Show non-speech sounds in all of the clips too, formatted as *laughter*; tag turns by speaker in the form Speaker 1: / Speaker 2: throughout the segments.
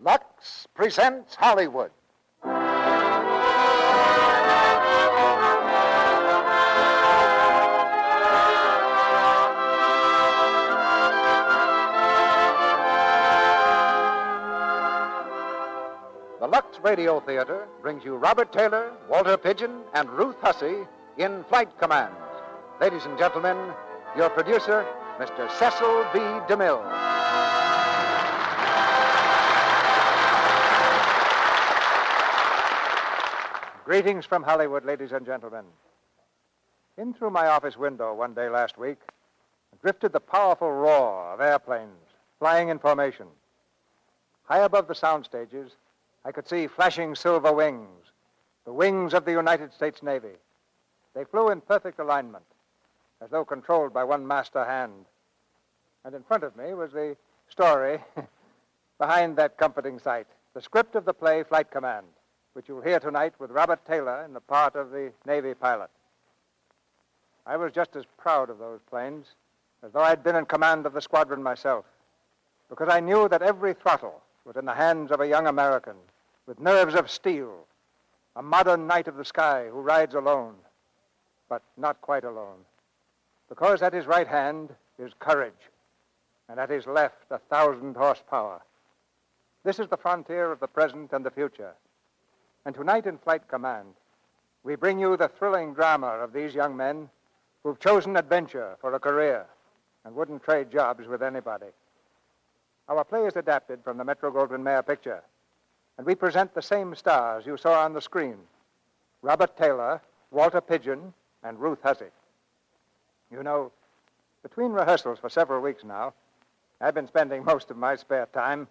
Speaker 1: Lux presents Hollywood. The Lux Radio Theater brings you Robert Taylor, Walter Pigeon, and Ruth Hussey in Flight Command. Ladies and gentlemen, your producer, Mr. Cecil B. DeMille. Greetings from Hollywood, ladies and gentlemen. In through my office window one day last week drifted the powerful roar of airplanes flying in formation. High above the sound stages, I could see flashing silver wings, the wings of the United States Navy. They flew in perfect alignment, as though controlled by one master hand. And in front of me was the story *laughs* behind that comforting sight, the script of the play Flight Command which you'll hear tonight with Robert Taylor in the part of the Navy pilot. I was just as proud of those planes as though I'd been in command of the squadron myself, because I knew that every throttle was in the hands of a young American with nerves of steel, a modern knight of the sky who rides alone, but not quite alone, because at his right hand is courage, and at his left a thousand horsepower. This is the frontier of the present and the future. And tonight in Flight Command, we bring you the thrilling drama of these young men who've chosen adventure for a career and wouldn't trade jobs with anybody. Our play is adapted from the Metro Goldwyn Mayer picture, and we present the same stars you saw on the screen Robert Taylor, Walter Pigeon, and Ruth Hussey. You know, between rehearsals for several weeks now, I've been spending *laughs* most of my spare time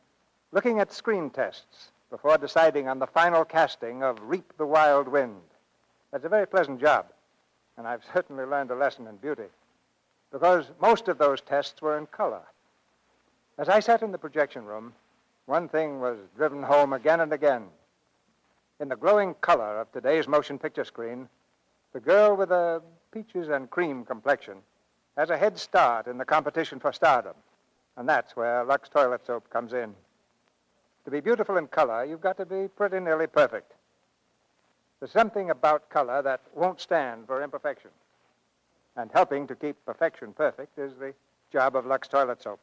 Speaker 1: looking at screen tests before deciding on the final casting of Reap the Wild Wind. That's a very pleasant job, and I've *laughs* certainly learned a lesson in beauty, because most of those tests were in color. As I sat in the projection room, one thing was driven home again and again. In the glowing color of today's motion picture screen, the girl with a peaches and cream complexion has a head start in the competition for stardom, and that's where Lux Toilet Soap comes in. To be beautiful in color, you've got to be pretty nearly perfect. There's something about color that won't stand for imperfection. And helping to keep perfection perfect is the job of Lux Toilet Soap,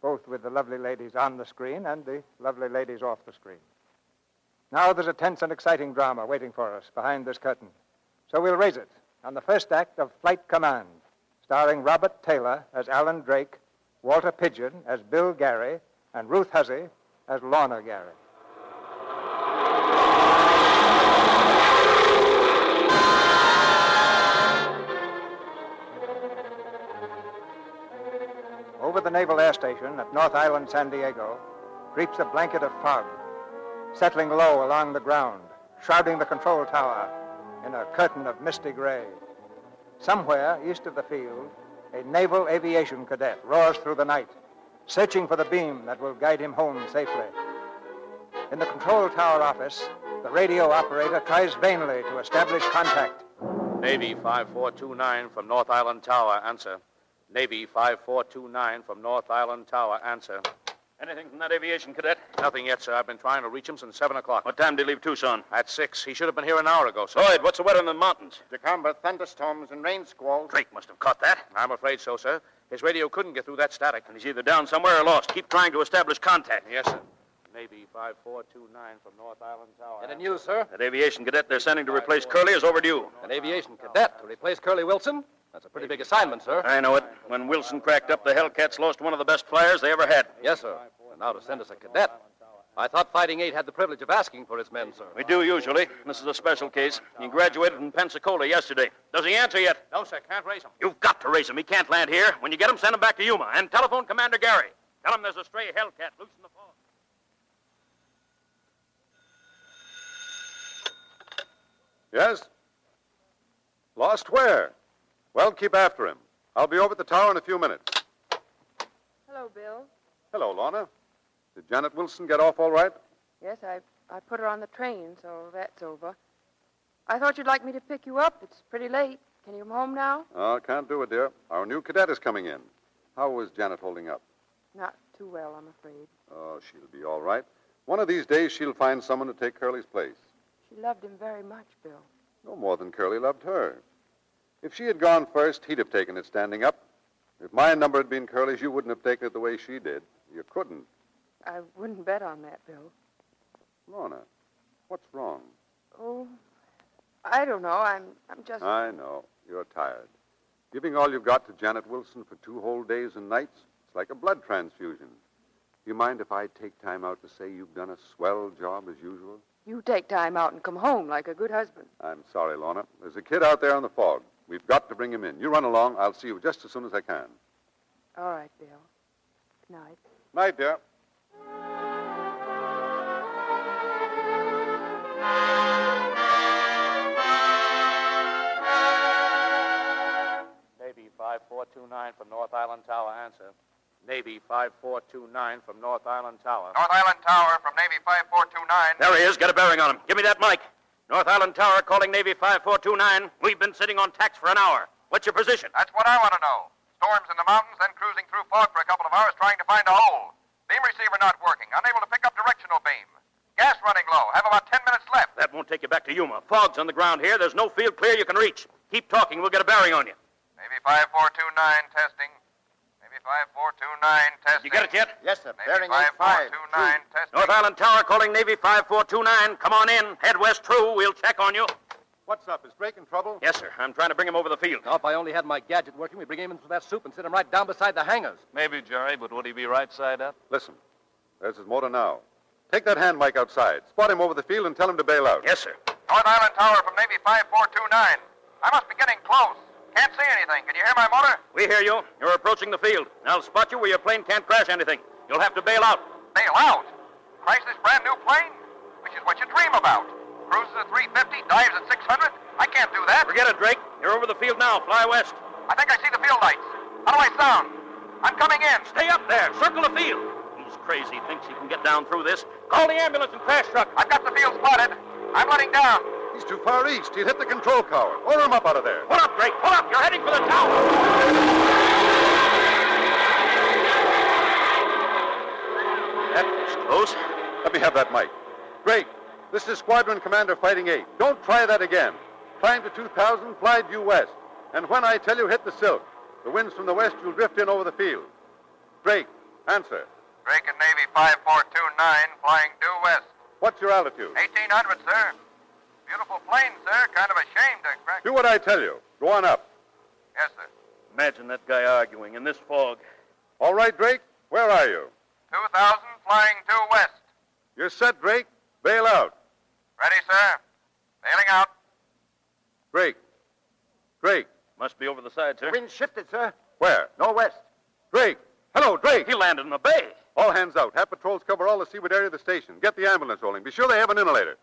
Speaker 1: both with the lovely ladies on the screen and the lovely ladies off the screen. Now there's a tense and exciting drama waiting for us behind this curtain. So we'll raise it on the first act of Flight Command, starring Robert Taylor as Alan Drake, Walter Pigeon as Bill Gary, and Ruth Hussey as Lorna Gary. Over the Naval Air Station at North Island, San Diego, creeps a blanket of fog, settling low along the ground, shrouding the control tower in a curtain of misty gray. Somewhere east of the field, a naval aviation cadet roars through the night, searching for the beam that will guide him home safely. In the control tower office, the radio operator tries vainly to establish contact.
Speaker 2: Navy 5429 from North Island Tower, answer. Navy 5429 from North Island Tower, answer.
Speaker 3: Anything from that aviation cadet?
Speaker 2: Nothing yet, sir. I've been trying to reach him since 7 o'clock.
Speaker 3: What time did he leave Tucson?
Speaker 2: At 6. He should have been here an hour ago, sir.
Speaker 3: Lloyd, what's the weather in the mountains?
Speaker 4: Dacomba, thunderstorms and rain squalls.
Speaker 3: Drake must have caught that.
Speaker 2: I'm afraid so, sir. His radio couldn't get through that static.
Speaker 3: And he's either down somewhere or lost. Keep trying to establish contact.
Speaker 2: Yes, sir. Navy 5429 from North Island Tower.
Speaker 5: Any news, sir?
Speaker 3: That aviation cadet they're sending to replace Curley is overdue.
Speaker 5: An aviation cadet to replace Curley Wilson? That's a pretty big assignment, sir.
Speaker 3: I know it. When Wilson cracked up, the Hellcats lost one of the best flyers they ever had.
Speaker 5: Yes, sir. And now to send us a cadet. I thought Fighting Eight had the privilege of asking for his men, sir.
Speaker 3: We do usually. This is a special case. He graduated from Pensacola yesterday. Does he answer yet?
Speaker 2: No, sir. Can't raise him.
Speaker 3: You've got to raise him. He can't land here. When you get him, send him back to Yuma. And telephone Commander Gary. Tell him there's a stray Hellcat loose in the fog.
Speaker 6: Yes? Lost where? Well, keep after him. I'll be over at the tower in a few minutes.
Speaker 7: Hello, Bill.
Speaker 6: Hello, Lorna. Did Janet Wilson get off all right?
Speaker 7: Yes, I, I put her on the train, so that's over. I thought you'd like me to pick you up. It's pretty late. Can you come home now?
Speaker 6: Oh, can't do it, dear. Our new cadet is coming in. How was Janet holding up?
Speaker 7: Not too well, I'm afraid.
Speaker 6: Oh, she'll be all right. One of these days, she'll find someone to take Curly's place.
Speaker 7: She loved him very much, Bill.
Speaker 6: No more than Curly loved her. If she had gone first, he'd have taken it standing up. If my number had been Curly's, you wouldn't have taken it the way she did. You couldn't.
Speaker 7: I wouldn't bet on that, Bill.
Speaker 6: Lorna, what's wrong?
Speaker 7: Oh, I don't know. I'm, I'm just.
Speaker 6: I know. You're tired. Giving all you've got to Janet Wilson for two whole days and nights, it's like a blood transfusion. Do you mind if I take time out to say you've done a swell job as usual?
Speaker 7: You take time out and come home like a good husband.
Speaker 6: I'm sorry, Lorna. There's a kid out there in the fog. We've got to bring him in. You run along. I'll see you just as soon as I can.
Speaker 7: All right, Bill. Good night.
Speaker 6: Night, dear.
Speaker 2: Navy 5429 from North Island Tower, answer. Navy 5429 from North Island Tower.
Speaker 4: North Island Tower from Navy 5429.
Speaker 3: There he is. Get a bearing on him. Give me that mic. North Island Tower calling Navy 5429. We've been sitting on tax for an hour. What's your position?
Speaker 4: That's what I want to know. Storms in the mountains, then cruising through fog for a couple of hours trying to find a hole. Beam receiver not working, unable to pick up directional beam. Gas running low, have about 10 minutes left.
Speaker 3: That won't take you back to Yuma. Fog's on the ground here. There's no field clear you can reach. Keep talking. We'll get a bearing on you.
Speaker 4: Navy 5429 testing. Navy 5429 testing.
Speaker 3: You get it yet?
Speaker 4: Yes, sir. Navy 5429 testing.
Speaker 3: North Island Tower calling Navy 5429. Come on in. Head west true. We'll check on you.
Speaker 6: What's up? Is Drake in trouble?
Speaker 3: Yes, sir. I'm trying to bring him over the field.
Speaker 5: Now, if I only had my gadget working, we'd bring him in for that soup and sit him right down beside the hangars.
Speaker 8: Maybe, Jerry, but would he be right side up?
Speaker 6: Listen, there's his motor now. Take that hand mic outside. Spot him over the field and tell him to bail out.
Speaker 3: Yes, sir.
Speaker 4: North Island Tower from Navy 5429. I must be getting close. Can't see anything. Can you hear my motor?
Speaker 3: We hear you. You're approaching the field. I'll spot you where your plane can't crash anything. You'll have to bail out.
Speaker 4: Bail out? Crash this brand new plane? Which is what you dream about. Cruises at 350, dives at 600. I can't do that.
Speaker 3: Forget it, Drake. You're over the field now. Fly west.
Speaker 4: I think I see the field lights. How do I sound? I'm coming in.
Speaker 3: Stay up there. Circle the field. He's crazy. Thinks he can get down through this. Call the ambulance and crash truck.
Speaker 4: I've got the field spotted. I'm letting down.
Speaker 6: He's too far east. He'll hit the control tower. Order him up out of there.
Speaker 3: Pull up, Drake. Pull up. You're heading for the tower. That was close.
Speaker 6: Let me have that mic. Drake, this is Squadron Commander Fighting 8. Don't try that again. Climb to 2,000, fly due west. And when I tell you, hit the silk. The winds from the west, you'll drift in over the field. Drake, answer.
Speaker 4: Drake and Navy 5429 flying due west.
Speaker 6: What's your altitude?
Speaker 4: 1800, sir. Beautiful plane, sir. Kind of ashamed to crack.
Speaker 6: Do what I tell you. Go on up.
Speaker 4: Yes, sir.
Speaker 3: Imagine that guy arguing in this fog.
Speaker 6: All right, Drake, where are you?
Speaker 4: 2,000 flying due west.
Speaker 6: You're set, Drake. Bail out.
Speaker 4: Ready, sir. Bailing out.
Speaker 6: Drake. Drake.
Speaker 3: Must be over the side, sir.
Speaker 9: Wind shifted, sir.
Speaker 6: Where?
Speaker 9: Northwest.
Speaker 6: Drake. Hello, Drake.
Speaker 3: He landed in the bay.
Speaker 6: All hands out. Have patrols cover all the seaward area of the station. Get the ambulance rolling. Be sure they have an inhalator.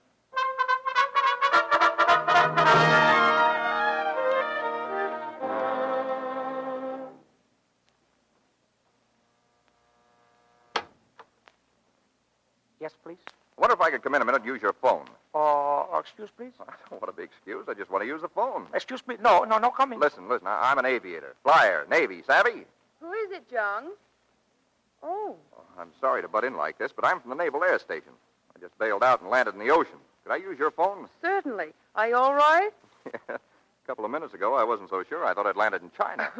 Speaker 9: Yes, please?
Speaker 4: Wonder if I could come in a minute and use your phone.
Speaker 10: Uh,
Speaker 9: Oh, oh, excuse, please?
Speaker 4: I don't want to be excused. I just want to use the phone.
Speaker 9: Excuse me? No, no, no, come in.
Speaker 4: Listen, listen. I- I'm an aviator, flyer, Navy, savvy?
Speaker 7: Who is it, Young? Oh,
Speaker 4: I'm sorry to butt in like this, but I'm from the Naval Air Station. I just bailed out and landed in the ocean. Could I use your phone?
Speaker 7: certainly. Are you all right?
Speaker 4: a couple of minutes ago, I wasn't so sure. I thought I'd landed in
Speaker 9: *laughs*
Speaker 4: China.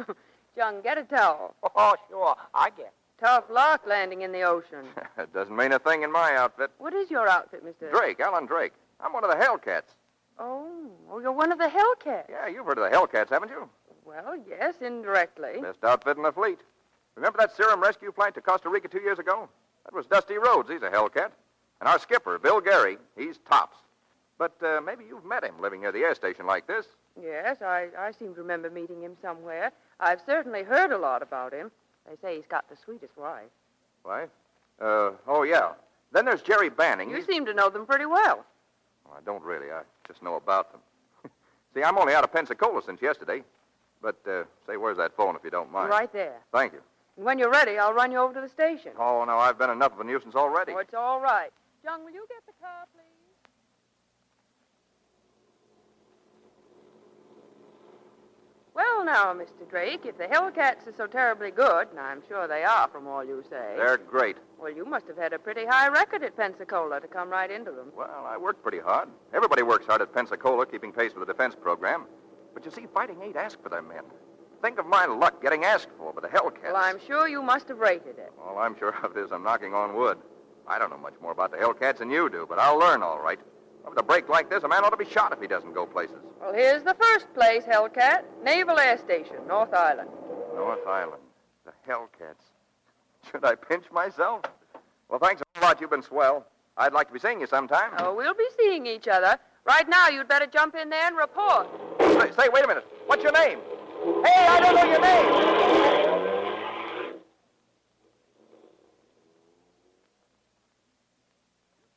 Speaker 7: Young, get a towel.
Speaker 9: Oh, sure. I get.
Speaker 7: Tough luck landing in
Speaker 9: *laughs*
Speaker 7: the ocean.
Speaker 4: it doesn't mean a thing in my outfit.
Speaker 7: What is your outfit, Mr.
Speaker 4: Drake, Alan Drake. I'm one of the Hellcats.
Speaker 7: Oh, oh, you're one of the Hellcats.
Speaker 4: Yeah, you've heard of the Hellcats, haven't you?
Speaker 7: Well, yes, indirectly.
Speaker 4: Best outfit in the fleet. Remember that serum rescue flight to Costa Rica two years ago? That was Dusty Rhodes. He's a Hellcat. And our skipper, Bill Gary, he's tops. But uh, maybe you've met him living near the air station like this.
Speaker 7: Yes, I, I seem to remember meeting him somewhere. I've certainly heard a lot about him. They say he's got the sweetest wife.
Speaker 4: Why? Uh, oh, yeah. Then there's Jerry Banning.
Speaker 7: You
Speaker 4: He's-
Speaker 7: seem to know them pretty well.
Speaker 4: Well, I don't really. I just know about them. *laughs* See, I'm only out of Pensacola since yesterday. But uh, say, where's that phone if you don't mind?
Speaker 7: Right there.
Speaker 4: Thank you.
Speaker 7: And when you're ready, I'll run you over to the station.
Speaker 4: Oh, no, I've been enough of a nuisance already.
Speaker 7: Oh, it's all right. Young, will you get the car, please? Well, now, Mr. Drake, if the Hellcats are so terribly good, and I'm sure they are from all you say,
Speaker 4: They're great.
Speaker 7: well, you must have had a pretty high record at Pensacola to come right into them.
Speaker 4: Well, I worked pretty hard. Everybody works hard at Pensacola, keeping pace with the defense program. But you see, Fighting Eight asked for their men. Think of my luck getting asked for by the Hellcats.
Speaker 7: Well, I'm sure you must have rated it.
Speaker 4: All I'm sure of is I'm knocking on wood. I don't know much more about the Hellcats than you do, but I'll learn all right. With a break like this, a man ought to be shot if he doesn't go places.
Speaker 7: Well, here's the first place, Hellcat. Naval Air Station, North Island.
Speaker 4: North Island. The Hellcats. Should I pinch myself? Well, thanks a lot. You've been swell. I'd like to be seeing you sometime.
Speaker 7: Oh, we'll be seeing each other. Right now, you'd better jump in there and report.
Speaker 4: Say, say, wait a minute. What's your name? Hey, I don't know your name.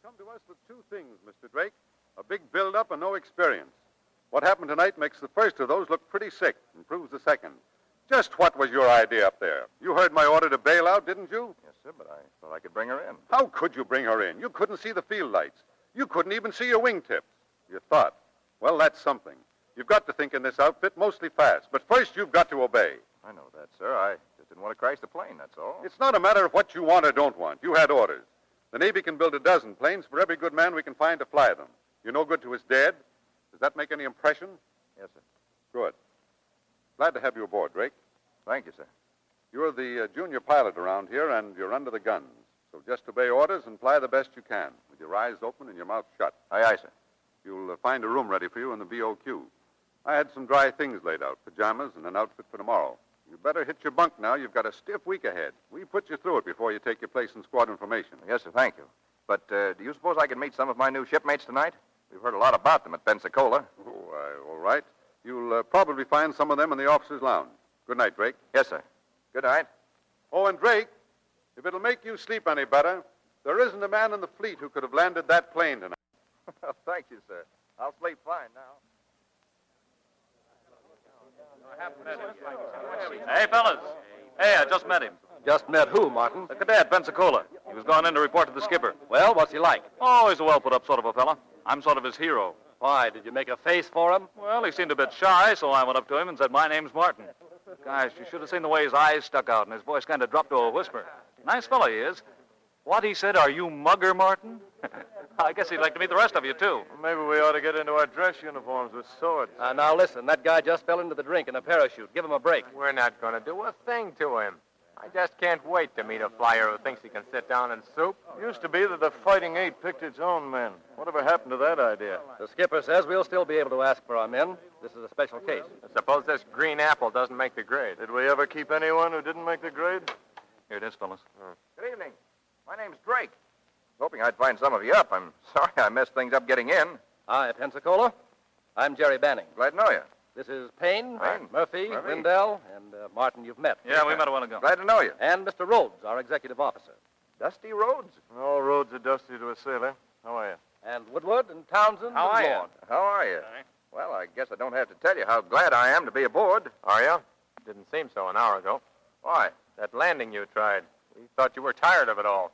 Speaker 6: Come to us with two things, Mr. Drake a big buildup and no experience. What happened tonight makes the first of those look pretty sick and proves the second. Just what was your idea up there? You heard my order to bail out, didn't you?
Speaker 4: Yes, sir, but I thought I could bring her in.
Speaker 6: How could you bring her in? You couldn't see the field lights. You couldn't even see your wingtips. You thought. Well, that's something. You've got to think in this outfit mostly fast, but first you've got to obey.
Speaker 4: I know that, sir. I just didn't want to crash the plane, that's all.
Speaker 6: It's not a matter of what you want or don't want. You had orders. The Navy can build a dozen planes for every good man we can find to fly them. You're no good to his dead. Does that make any impression?
Speaker 4: Yes, sir.
Speaker 6: Good. Glad to have you aboard, Drake.
Speaker 4: Thank you, sir.
Speaker 6: You're the uh, junior pilot around here, and you're under the guns. So just obey orders and fly the best you can, with your eyes open and your mouth shut.
Speaker 4: Aye, aye, sir.
Speaker 6: You'll uh, find a room ready for you in the BOQ. I had some dry things laid out, pajamas and an outfit for tomorrow. You better hit your bunk now. You've got a stiff week ahead. We put you through it before you take your place in squadron formation.
Speaker 4: Yes, sir, thank you. But uh, do you suppose I could meet some of my new shipmates tonight? We've heard a lot about them at Pensacola.
Speaker 6: Oh, I, all right. You'll uh, probably find some of them in the officers' lounge. Good night, Drake.
Speaker 4: Yes, sir. Good night.
Speaker 6: Oh, and Drake, if it'll make you sleep any better, there isn't a man in the fleet who could have landed that plane tonight.
Speaker 4: *laughs* thank you, sir. I'll sleep fine now.
Speaker 8: Hey, fellas. Hey, I just met him.
Speaker 5: Just met who, Martin?
Speaker 8: The cadet, Pensacola. He was going in to report to the skipper.
Speaker 5: Well, what's he like?
Speaker 8: Oh, he's a well put up sort of a fella. I'm sort of his hero.
Speaker 5: Why, did you make a face for him?
Speaker 8: Well, he seemed a bit shy, so I went up to him and said, My name's Martin. Gosh, you should have seen the way his eyes stuck out and his voice kind of dropped to a whisper. Nice fella he is. What he said, are you Mugger Martin? I guess he'd like to meet the rest of you, too.
Speaker 11: Maybe we ought to get into our dress uniforms with swords.
Speaker 5: Uh, now, listen, that guy just fell into the drink in a parachute. Give him a break.
Speaker 11: We're not going to do a thing to him. I just can't wait to meet a flyer who thinks he can sit down and soup.
Speaker 5: Used to be that the Fighting Eight picked its own men. Whatever happened to that idea? The skipper says we'll still be able to ask for our men. This is a special case.
Speaker 11: Suppose this green apple doesn't make the grade.
Speaker 5: Did we ever keep anyone who didn't make the grade? Hmm.
Speaker 8: Here it is, fellas.
Speaker 4: Good evening. My name's Drake. Hoping I'd find some of you up. I'm *laughs* sorry I messed things up getting in.
Speaker 5: Hi, Pensacola. I'm Jerry Banning.
Speaker 4: Glad to know you.
Speaker 5: This is Payne,
Speaker 4: Payne.
Speaker 5: Murphy,
Speaker 4: Murphy.
Speaker 5: Lindell, and uh, Martin you've met.
Speaker 8: Yeah, we met a while ago.
Speaker 4: Glad to know you.
Speaker 5: And Mr. Rhodes, our executive officer.
Speaker 4: Dusty Rhodes.
Speaker 11: All roads are dusty to a sailor. How are you?
Speaker 5: And Woodward and Townsend
Speaker 4: How are
Speaker 5: and
Speaker 4: you?
Speaker 5: Lord.
Speaker 4: How are you? Well, I guess I don't have to tell you how glad I am to be aboard.
Speaker 11: Are you? Didn't seem so an hour ago.
Speaker 4: Why?
Speaker 11: That landing you tried. We thought you were tired of it all.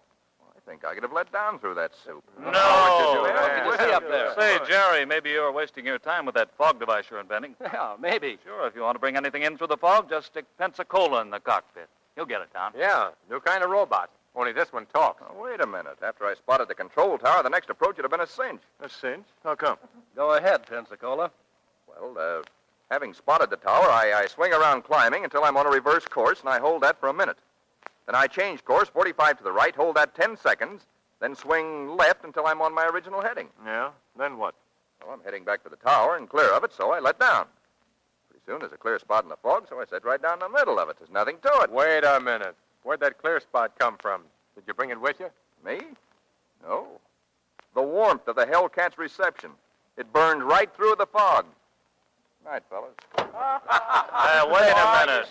Speaker 4: I think I could have let down through that soup.
Speaker 8: No.
Speaker 4: Oh,
Speaker 8: Well,
Speaker 4: yeah.
Speaker 8: if you see up there. Say,
Speaker 4: Well,
Speaker 8: Jerry, maybe you're wasting your time with that fog device
Speaker 11: *laughs*
Speaker 8: you're inventing.
Speaker 11: Oh,
Speaker 8: Yeah, maybe. Sure, if you want to bring anything in through the fog, just stick Pensacola in the cockpit. You'll get it, Tom.
Speaker 11: Yeah, new kind of robot.
Speaker 4: Only this one talks. Oh, wait a minute. After I spotted the control tower, the next approach would have been a cinch. A cinch? How come?
Speaker 5: Go ahead, Pensacola.
Speaker 4: Well, uh, having spotted the tower, I, I swing around climbing until I'm on a reverse course, and I hold that for a minute. Then I change course 45 to the right, hold that 10 seconds, then swing left until I'm on my original heading.
Speaker 5: Yeah? Then what?
Speaker 4: Well, I'm heading back for the tower and clear of it, so I let down. Pretty soon there's a clear spot in the fog, so I set right down in the middle of it. There's nothing to it.
Speaker 11: Wait a minute. Where'd that clear spot come from? Did you bring it with you?
Speaker 4: Me? No. The warmth of the Hellcat's reception. It burned right through the fog. Night, fellas.
Speaker 8: Uh, wait a minute.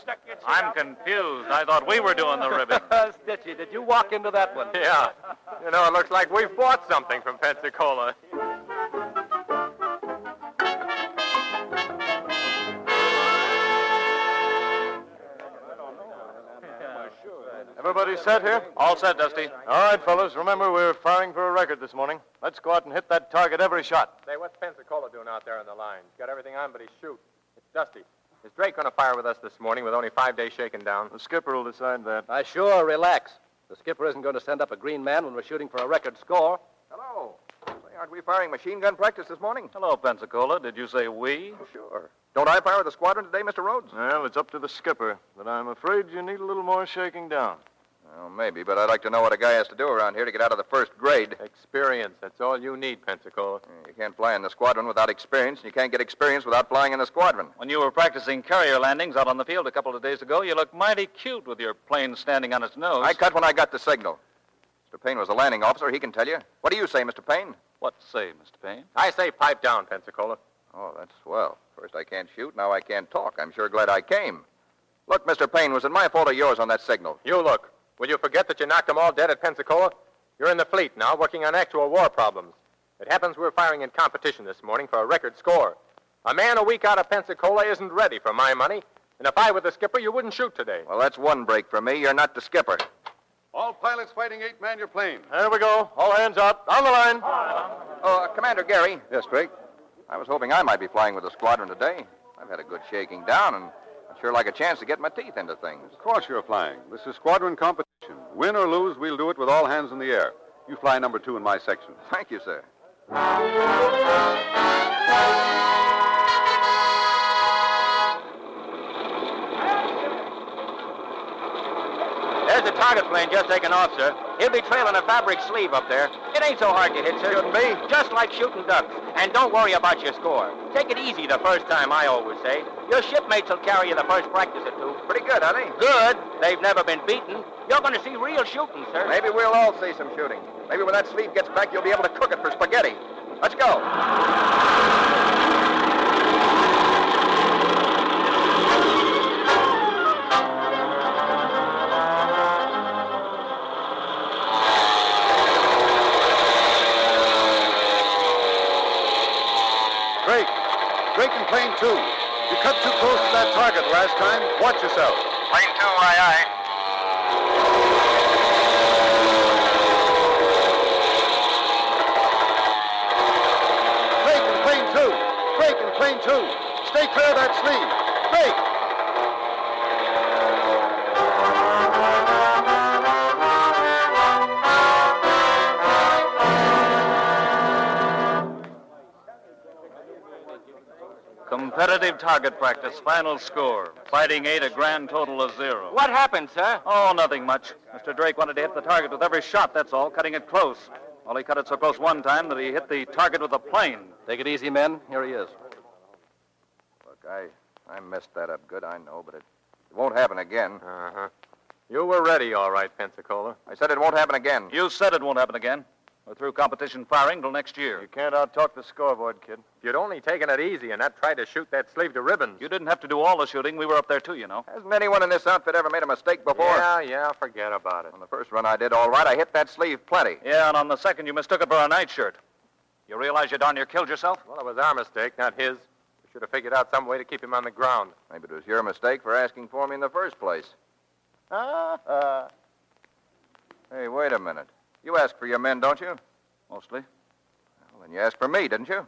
Speaker 8: I'm confused. I thought we were doing the ribbon.
Speaker 11: *laughs* Stitchy, did you walk into that one? *laughs* Yeah. You know, it looks like we've bought something from Pensacola.
Speaker 5: Everybody set here?
Speaker 8: All set, Dusty.
Speaker 5: All right, fellas. Remember, we're firing for a record this morning. Let's go out and hit that target every shot.
Speaker 11: Say, what's Pensacola doing out there on the line? He's got everything on, but he's shoot. It's Dusty. Is Drake going to fire with us this morning with only five days shaking down?
Speaker 5: The skipper will decide that.
Speaker 12: I sure relax. The skipper isn't going to send up a green man when we're shooting for a record score.
Speaker 4: Hello. Say, aren't we firing machine gun practice this morning? Oh,
Speaker 8: Hello, Pensacola. Did you say we?
Speaker 4: Sure. Don't I fire with the squadron today, Mr. Rhodes?
Speaker 5: Well, it's up to the skipper, but I'm afraid you need a little more shaking down.
Speaker 4: Well, maybe, but I'd like to know what a guy has to do around here to get out of the first grade.
Speaker 11: Experience. That's all you need, Pensacola.
Speaker 4: You can't fly in the squadron without experience, and you can't get experience without flying in the squadron.
Speaker 8: When you were practicing carrier landings out on the field a couple of days ago, you looked mighty cute with your plane standing on its nose.
Speaker 4: I cut when I got the signal. Mr. Payne was the landing officer. He can tell you. What do you say, Mr. Payne?
Speaker 8: What say, Mr. Payne?
Speaker 11: I say pipe down, Pensacola.
Speaker 4: Oh, that's swell. First I can't shoot, now I can't talk. I'm sure glad I came. Look, Mr. Payne, was it my fault or yours on that signal?
Speaker 11: You look. Will you forget that you knocked them all dead at Pensacola? You're in the fleet now, working on actual war problems. It happens we're firing in competition this morning for a record score. A man a week out of Pensacola isn't ready for my money, and if I were the skipper, you wouldn't shoot today.
Speaker 4: Well, that's one break for me. You're not the skipper.
Speaker 6: All pilots fighting eight, man your plane.
Speaker 5: There we go. All hands up. On the line.
Speaker 4: Oh, uh, Commander Gary. Yes, Drake. I was hoping I might be flying with the squadron today. I've had a good shaking down, and I'd sure like a chance to get my teeth into things.
Speaker 6: Of course you're flying. This is squadron competition. Win or lose, we'll do it with all hands in the air. You fly number two in my
Speaker 5: *laughs*
Speaker 6: section.
Speaker 4: Thank you, sir.
Speaker 9: There's the target plane just taking off, sir. He'll be trailing a fabric sleeve up there. It ain't so hard to hit, sir. Shouldn't be. Just like shooting ducks. And don't worry about your score. Take it easy the first time, I always say. Your shipmates will carry you the first practice or two.
Speaker 4: Pretty good, are they?
Speaker 9: Good. They've never been beaten. You're going to see real shooting, sir.
Speaker 4: Maybe we'll all see some shooting. Maybe when that sleeve gets back, you'll be able to cook it for spaghetti. Let's go.
Speaker 6: Drake. Drake in plane two. You cut too close to that target last time. Watch yourself.
Speaker 3: Plane two, aye, aye.
Speaker 6: Drake in plane two. Drake in plane two. Stay clear of that sleeve. Drake.
Speaker 8: Competitive target practice, final score. Fighting eight, a grand total of zero.
Speaker 9: What happened, sir?
Speaker 8: Oh, nothing much. Mr. Drake wanted to hit the target with every shot, that's all, cutting it close. Well, he cut it so close one time that he hit the target with a plane.
Speaker 12: Take it easy, men. Here he is.
Speaker 4: Look, I, I messed that up good, I know, but it, it won't happen again.
Speaker 11: Uh-huh. You were ready, all right, Pensacola.
Speaker 4: I said it won't happen again.
Speaker 8: You said it won't happen again. We're through competition firing till next year. You
Speaker 5: can't outtalk the scoreboard, kid.
Speaker 11: If you'd only taken it easy and not tried to shoot that sleeve to ribbons.
Speaker 8: You didn't have to do all the shooting. We were up there, too, you know.
Speaker 4: Hasn't anyone in this outfit ever made a mistake before?
Speaker 11: Yeah, yeah, forget about it.
Speaker 4: On the first run I did all right. I hit that sleeve plenty.
Speaker 8: Yeah, and on the second, you mistook it for a nightshirt. You realize you darn near killed yourself?
Speaker 11: Well, it was our mistake, not his. We should have figured out some way to keep him on the ground.
Speaker 4: Maybe it was your mistake for asking for me in the first place.
Speaker 5: Ah, ah.
Speaker 4: Hey, wait a minute. You ask for your men, don't you?
Speaker 5: Mostly.
Speaker 4: Well, then you asked for me, didn't you?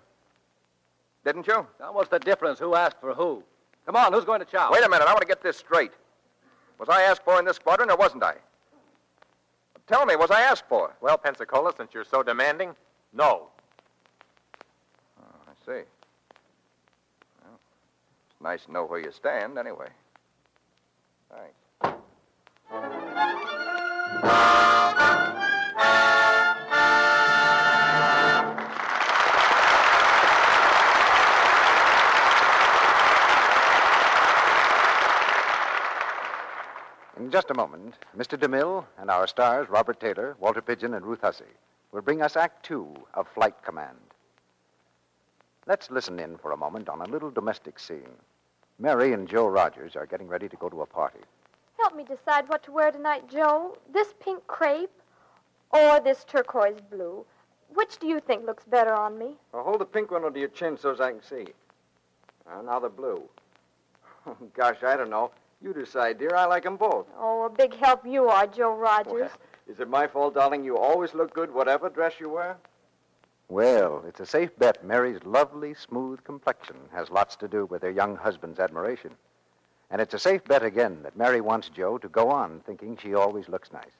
Speaker 4: Didn't you?
Speaker 12: Now, what's the difference? Who asked for who? Come on, who's going to chow?
Speaker 4: Wait a minute. I want to get this straight. Was I asked for in this squadron or wasn't I? Tell me, was I asked for?
Speaker 11: Well, Pensacola, since you're so demanding, no.
Speaker 4: I see. Well, it's nice to know where you stand, anyway. Thanks.
Speaker 13: In just a moment, Mr. DeMille and our stars, Robert Taylor, Walter Pigeon, and Ruth Hussey, will bring us Act Two of Flight Command. Let's listen in for a moment on a little domestic scene. Mary and Joe Rogers are getting ready to go to a party.
Speaker 14: Help me decide what to wear tonight, Joe. This pink crepe or this turquoise blue? Which do you think looks better on me?
Speaker 15: Well, hold the pink one under your chin so's I can see. Uh, now the blue. *laughs* Oh, Gosh, I don't know. You decide, dear. I like 'em both.
Speaker 14: Oh, a big help you are, Joe Rogers.
Speaker 15: Is it my fault, darling? You always look good, whatever dress you wear.
Speaker 13: Well, it's a safe bet Mary's lovely, smooth complexion has lots to do with her young husband's admiration. And it's a safe bet again that Mary wants Joe to go on thinking she always looks nice.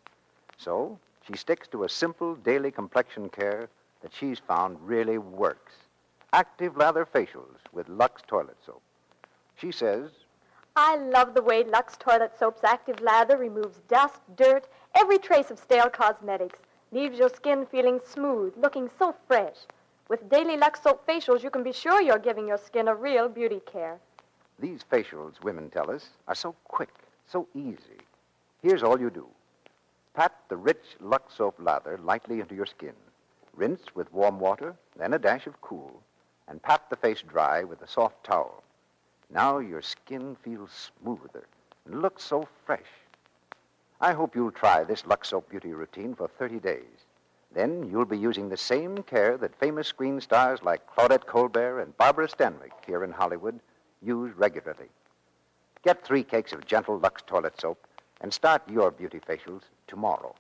Speaker 13: So she sticks to a simple daily complexion care that she's found really works active lather facials with Lux toilet soap. She says,
Speaker 14: I love the way Lux Toilet Soap's active lather removes dust, dirt, every trace of stale cosmetics. Leaves your skin feeling smooth, looking so fresh. With daily Lux Soap facials, you can be sure you're giving your skin a real beauty care.
Speaker 13: These facials, women tell us, are so quick, so easy. Here's all you do pat the rich Lux soap lather lightly into your skin, rinse with warm water, then a dash of cool, and pat the face dry with a soft towel. Now your skin feels smoother and looks so fresh. I hope you'll try this Lux Soap beauty routine for 30 days. Then you'll be using the same care that famous screen stars like Claudette Colbert and Barbara Stanwyck here in Hollywood use regularly. Get three cakes of gentle Lux toilet soap and start your beauty facials tomorrow.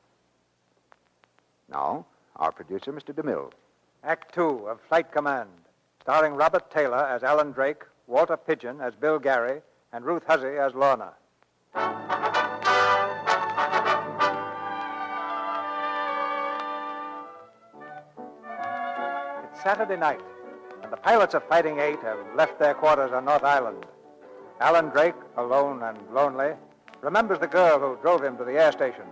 Speaker 13: Now, our producer, Mr. DeMille.
Speaker 1: Act Two of Flight Command, starring Robert Taylor as Alan Drake, Walter Pigeon as Bill Gary, and Ruth Hussey as Lorna. It's Saturday night, and the pilots of Fighting Eight have left their quarters on North Island. Alan Drake, alone and lonely, remembers the girl who drove him to the air station.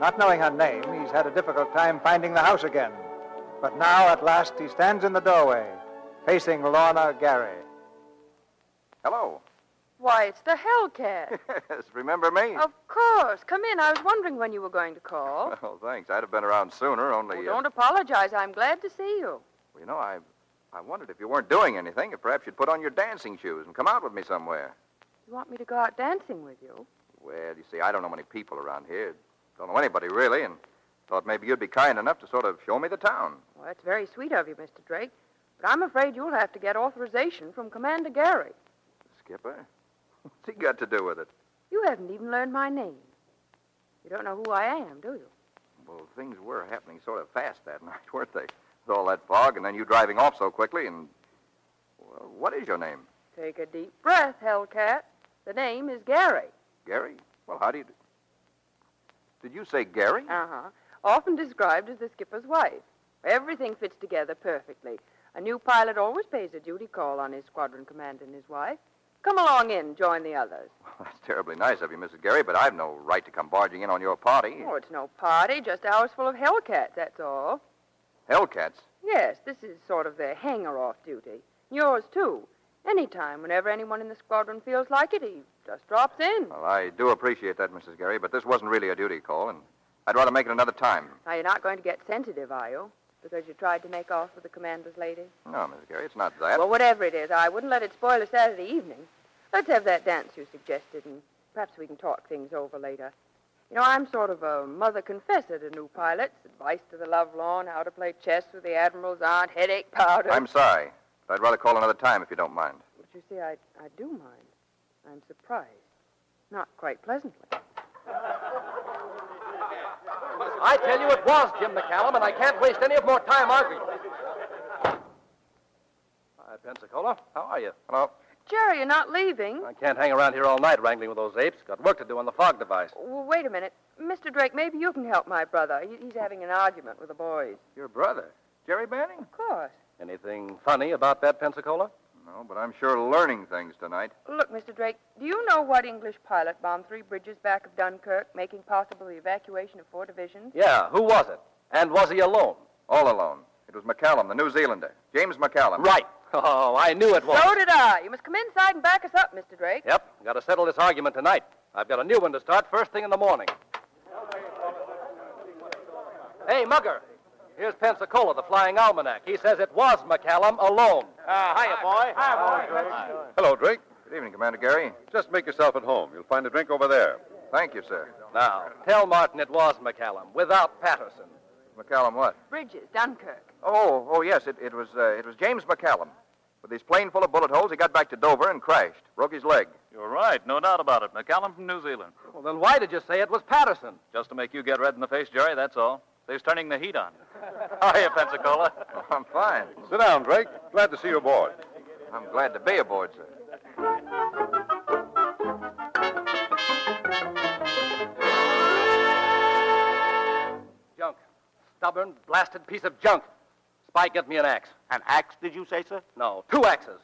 Speaker 1: Not knowing her name, he's had a difficult time finding the house again. But now, at last, he stands in the doorway, facing Lorna Gary.
Speaker 4: Hello.
Speaker 7: Why, it's the
Speaker 4: *laughs*
Speaker 7: Hellcat.
Speaker 4: Yes, remember me?
Speaker 7: of course. Come in. I was wondering when you were going
Speaker 4: *laughs*
Speaker 7: to call.
Speaker 4: Well, thanks. I'd have been around sooner, only. uh,
Speaker 7: Oh, Don't apologize. I'm glad to see you.
Speaker 4: you know, I, I wondered if you weren't doing anything, if perhaps you'd put on your dancing shoes and come out with me somewhere.
Speaker 7: You want me to go out dancing with you?
Speaker 4: Well, you see, I don't know many people around here. Don't know anybody, really, and thought maybe you'd be kind enough to sort of show me the town.
Speaker 7: Well, that's very sweet of you, Mr. Drake. But I'm afraid you'll have to get authorization from Commander Gary.
Speaker 4: Skipper? *laughs* What's he got to do with it?
Speaker 7: You haven't even learned my name. You don't know who I am, do you?
Speaker 4: Well, things were happening sort of fast that *laughs* night, weren't they? With all that fog, and then you driving off so quickly, and. Well, what is your name?
Speaker 7: Take a deep breath, Hellcat. The name is Gary.
Speaker 4: Gary? Well, how do you. Did you say Gary?
Speaker 7: Uh huh. Often described as the skipper's wife. Everything fits together perfectly. A new pilot always pays a duty call on his squadron commander and his wife. Come along in, join the others.
Speaker 4: That's terribly nice of you, Mrs. Gary, but I've no right to come barging in on your party.
Speaker 7: Oh, it's no party, just a house full of Hellcats, that's all.
Speaker 4: Hellcats?
Speaker 7: Yes, this is sort of their hanger off duty. Yours, too. Anytime, whenever anyone in the squadron feels like it, he just drops in.
Speaker 4: Well, I do appreciate that, Mrs. Gary, but this wasn't really a duty call, and I'd rather make it another time.
Speaker 7: Now, you're not going to get sensitive, are you? Because you tried to make off with the commander's lady?
Speaker 4: No, Mrs. Gary, it's not that.
Speaker 7: Well, whatever it is, I wouldn't let it spoil a Saturday evening. Let's have that dance you suggested, and perhaps we can talk things over later. You know, I'm sort of a mother confessor to new pilots. Advice to the lovelorn, how to play chess with the admiral's aunt, headache powder.
Speaker 4: I'm sorry, but I'd rather call another time if you don't mind.
Speaker 7: But you see, I, I do mind. I'm surprised. Not quite pleasantly.
Speaker 12: I tell you, it was Jim McCallum, and I can't waste any more time arguing. Hi, Pensacola. How are you? Hello.
Speaker 7: Jerry, you're not leaving.
Speaker 12: I can't hang around here all night wrangling with those apes. Got work to do on the fog device.
Speaker 7: Well, wait a minute. Mr. Drake, maybe you can help my brother. He- He's having an argument with the boys.
Speaker 12: Your brother? Jerry Banning?
Speaker 7: Of course.
Speaker 12: Anything funny about that, Pensacola?
Speaker 4: No, but I'm sure learning things tonight.
Speaker 7: Look, Mr. Drake, do you know what English pilot bombed three bridges back of Dunkirk, making possible the evacuation of four divisions?
Speaker 12: Yeah, who was it? And was he alone?
Speaker 4: All alone. It was McCallum, the New Zealander. James McCallum.
Speaker 12: Right. *laughs* Oh, I knew it was.
Speaker 7: So did I. You must come inside and back us up, Mr. Drake.
Speaker 12: Yep, got to settle this argument tonight. I've got a new one to start first thing in the morning. Hey, Mugger, here's Pensacola, the Flying Almanac. He says it was McCallum alone.
Speaker 3: Uh,
Speaker 12: Ah,
Speaker 3: hiya, boy.
Speaker 6: Hello, Drake.
Speaker 4: Good evening, Commander Gary.
Speaker 6: Just make yourself at home. You'll find a drink over there.
Speaker 4: Thank you, sir.
Speaker 12: Now, tell Martin it was McCallum, without Patterson.
Speaker 4: McCallum what?
Speaker 7: Bridges, Dunkirk.
Speaker 4: Oh, oh yes, it, it was uh, it was James McCallum. With his plane full of bullet holes, he got back to Dover and crashed, broke his leg.
Speaker 8: You're right, no doubt about it. McCallum from New Zealand.
Speaker 12: Well, then why did you say it was Patterson?
Speaker 8: Just to make you get red in the face, Jerry, that's all. They's turning the heat on.
Speaker 11: *laughs*
Speaker 8: How are you, Pensacola?
Speaker 4: I'm fine.
Speaker 6: Sit down, Drake. Glad to see you aboard.
Speaker 4: I'm glad to be aboard,
Speaker 12: *laughs*
Speaker 4: sir.
Speaker 12: Junk. Stubborn, blasted piece of junk. Spike, get me an axe. An axe, did you say, sir? No, two axes.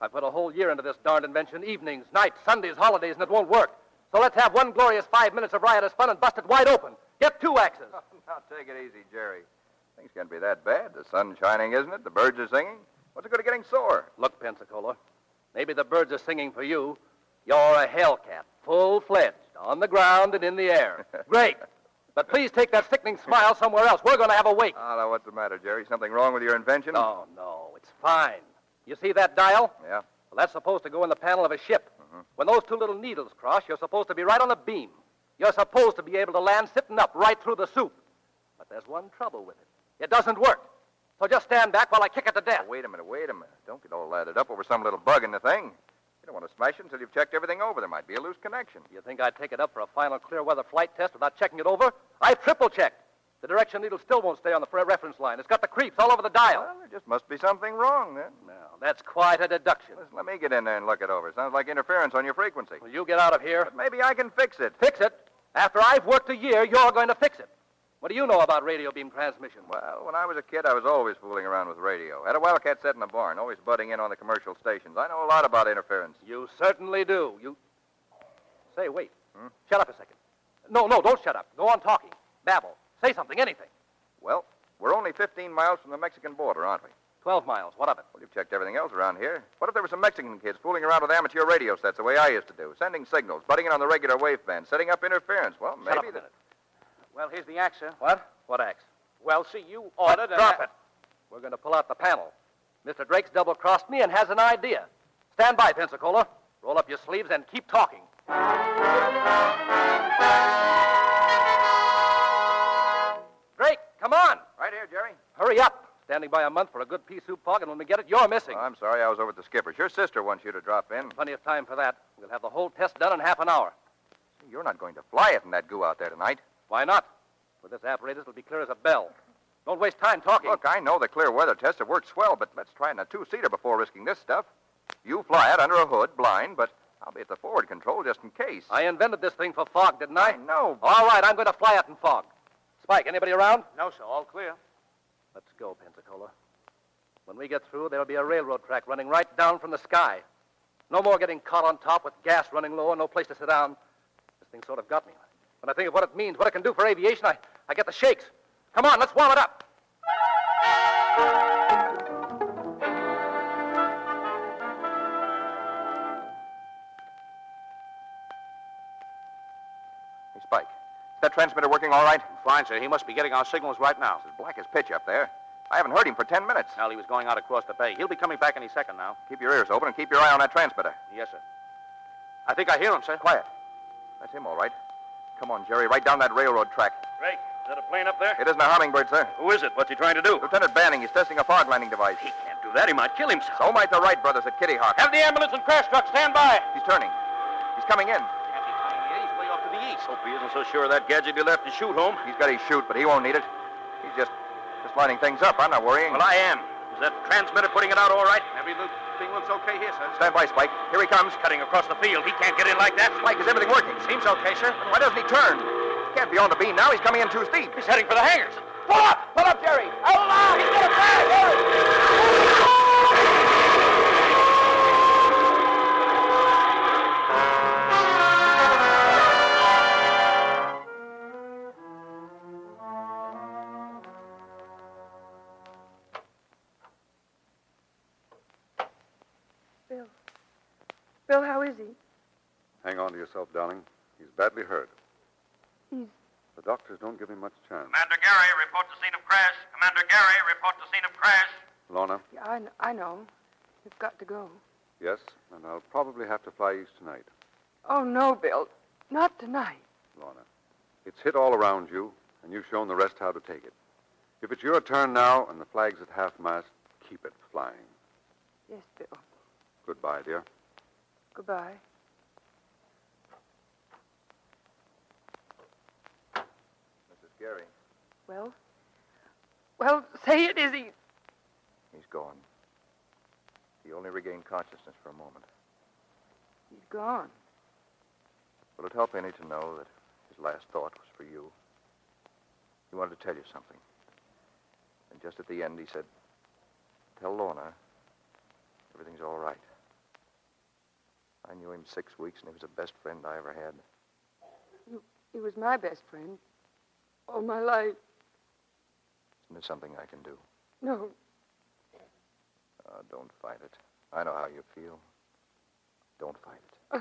Speaker 12: I put a whole year into this darned invention evenings, nights, Sundays, holidays, and it won't work. So let's have one glorious five minutes of riotous fun and bust it wide open. Get two axes.
Speaker 4: now take it easy, Jerry. Things can't be that bad. The sun's shining, isn't it? The birds are singing. What's the good of getting sore?
Speaker 12: Look, Pensacola, maybe the birds are singing for you. You're a hellcat, full fledged, on the ground and in the air. Great. But please take that sickening smile somewhere else. We're going to have a wake.
Speaker 4: Oh, now what's the matter, Jerry? Something wrong with your invention?
Speaker 12: No, no, it's fine. You see that dial?
Speaker 4: Yeah.
Speaker 12: Well, that's supposed to go in the panel of a ship.
Speaker 4: Mm-hmm.
Speaker 12: When those two little needles cross, you're supposed to be right on a beam. You're supposed to be able to land sitting up right through the soup. But there's one trouble with it it doesn't work. So just stand back while I kick it to death.
Speaker 4: Wait a minute, wait a minute. Don't get all lathered up over some little bug in the thing. You don't want to smash it until you've checked everything over. There might be a loose connection.
Speaker 12: You think I'd take it up for a final clear weather flight test without checking it over? I triple checked. The direction needle still won't stay on the fre- reference line. It's got the creeps all over the dial.
Speaker 4: Well, there just must be something wrong then.
Speaker 12: Now, that's quite a deduction.
Speaker 4: Listen, let me get in there and look it over. Sounds like interference on your frequency.
Speaker 12: Well, you get out of here.
Speaker 4: maybe I can fix it.
Speaker 12: Fix it? After I've worked a year, you're going to fix it. What do you know about radio beam transmission?
Speaker 4: Well, when I was a kid, I was always fooling around with radio. Had a wildcat set in the barn, always butting in on the commercial stations. I know a lot about interference.
Speaker 12: You certainly do. You. Say, wait.
Speaker 4: Hmm?
Speaker 12: Shut up a second. No, no, don't shut up. Go on talking. Babble. Say something, anything.
Speaker 4: Well, we're only 15 miles from the Mexican border, aren't we?
Speaker 12: Twelve miles. What of it?
Speaker 4: Well, you've checked everything else around here. What if there were some Mexican kids fooling around with amateur radio sets the way I used to do, sending signals, butting in on the regular wavebands, setting up interference? Well, maybe
Speaker 12: Shut up a
Speaker 4: the-
Speaker 12: minute.
Speaker 3: Well, here's the axe, sir.
Speaker 12: What? What axe?
Speaker 3: Well, see, you ordered an
Speaker 12: Drop
Speaker 3: a-
Speaker 12: it. We're going to pull out the panel. Mr. Drake's double crossed me and has an idea. Stand by, Pensacola. Roll up your sleeves and keep talking. Drake, come on.
Speaker 4: Right here, Jerry.
Speaker 12: Hurry up. Standing by a month for a good pea soup pog, and when we get it, you're missing.
Speaker 4: Oh, I'm sorry, I was over at the skipper's. Your sister wants you to drop in.
Speaker 12: Plenty of time for that. We'll have the whole test done in half an hour.
Speaker 4: You're not going to fly it in that goo out there tonight.
Speaker 12: Why not? With this apparatus, it'll be clear as a bell. Don't waste time talking.
Speaker 4: Look, I know the clear weather test have worked swell, but let's try it in a two-seater before risking this stuff. You fly it under a hood, blind, but I'll be at the forward control just in case.
Speaker 12: I invented this thing for fog, didn't I?
Speaker 4: No.
Speaker 12: All right, I'm going to fly it in fog. Spike, anybody around?
Speaker 3: No, sir. All clear.
Speaker 12: Let's go, Pensacola. When we get through, there'll be a railroad track running right down from the sky. No more getting caught on top with gas running low and no place to sit down. This thing sort of got me. When I think of what it means, what it can do for aviation, I, I get the shakes. Come on, let's warm it up.
Speaker 4: Hey, Spike, is that transmitter working all right?
Speaker 3: Fine, sir. He must be getting our signals right now.
Speaker 4: It's as black as pitch up there. I haven't heard him for ten minutes.
Speaker 3: Well, he was going out across the bay. He'll be coming back any second now.
Speaker 4: Keep your ears open and keep your eye on that transmitter.
Speaker 3: Yes, sir. I think I hear him, sir.
Speaker 4: Quiet. That's him, all right. Come on, Jerry, right down that railroad track.
Speaker 3: Drake, is that a plane up there?
Speaker 4: It isn't a hummingbird, sir.
Speaker 3: Who is it? What's he trying to do?
Speaker 4: Lieutenant Banning, he's testing a fog landing device. He
Speaker 3: can't do that. He might kill himself.
Speaker 4: So might the Wright brothers at Kitty Hawk.
Speaker 3: Have the ambulance and crash truck stand by.
Speaker 4: He's turning. He's coming in.
Speaker 3: He's way off to the geez, hope he isn't so sure of that gadget he left his chute home.
Speaker 4: He's got his chute, but he won't need it. He's just just lining things up. I'm not worrying.
Speaker 3: Well, I am. Is that transmitter putting it out all right? Everything looks okay here, sir.
Speaker 4: Stand by, Spike. Here he comes.
Speaker 3: Cutting across the field. He can't get in like that.
Speaker 4: Spike, is everything working?
Speaker 3: Seems okay, sir.
Speaker 4: Why doesn't he turn? He can't be on the beam now. He's coming in too steep.
Speaker 3: He's heading for the hangars.
Speaker 4: Pull up! Pull up, Jerry! Out He's gonna
Speaker 7: Bill. Bill, how is he?
Speaker 6: Hang on to yourself, darling. He's badly hurt.
Speaker 7: He's-
Speaker 6: The doctors don't give him much chance.
Speaker 3: Commander Gary, report the scene of crash. Commander Gary, report the scene of crash.
Speaker 6: Lorna,
Speaker 7: Yeah, I, kn- I know. You've got to go.
Speaker 6: yes, and I'll probably have to fly east tonight.
Speaker 7: Oh, no, Bill. Not tonight.
Speaker 6: Lorna, it's hit all around you, and you've shown the rest how to take it. If it's your turn now and the flag's at half mast, keep it flying.
Speaker 7: Yes, Bill.
Speaker 6: Goodbye, dear.
Speaker 7: Goodbye.
Speaker 4: Mrs. Gary.
Speaker 7: Well? Well, say it, Izzy.
Speaker 4: He's gone. He only regained consciousness for a moment.
Speaker 7: He's gone.
Speaker 4: Will it help any to know that his last thought was for you? He wanted to tell you something. And just at the end, he said, Tell Lorna everything's all right. I knew him six weeks, and he was the best friend I ever had.
Speaker 7: He was my best friend. All my life.
Speaker 4: Isn't there something I can do?
Speaker 7: No,
Speaker 4: Oh, don't fight it. I know how you feel. Don't fight it.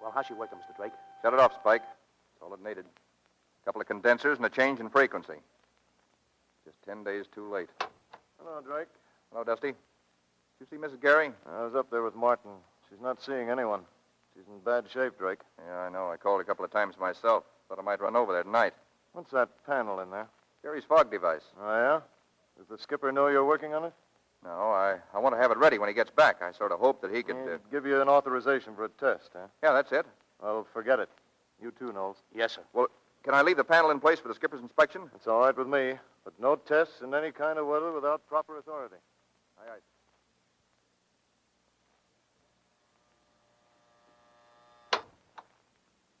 Speaker 9: Well, how's she working, Mr. Drake?
Speaker 4: Shut it off, Spike. That's all it needed. A couple of condensers and a change in frequency. Just ten days too late.
Speaker 5: Hello, Drake.
Speaker 4: Hello, Dusty. Did you see Mrs. Gary?
Speaker 5: I was up there with Martin. She's not seeing anyone. She's in bad shape, Drake.
Speaker 4: Yeah, I know. I called a couple of times myself. Thought I might run over there tonight.
Speaker 5: What's that panel in there?
Speaker 4: Gary's fog device.
Speaker 5: Oh, yeah? Does the skipper know you're working on it?
Speaker 4: No, I, I want to have it ready when he gets back. I sort of hope that he could.
Speaker 5: He'd
Speaker 4: Uh,
Speaker 5: give you an authorization for a test, huh?
Speaker 4: yeah, that's it.
Speaker 5: Well, forget it. You too, Knowles.
Speaker 9: Yes, sir.
Speaker 4: Well, can I leave the panel in place for the skipper's inspection?
Speaker 5: It's all right with me, but no tests in any kind of weather without proper authority.
Speaker 4: Aye, aye.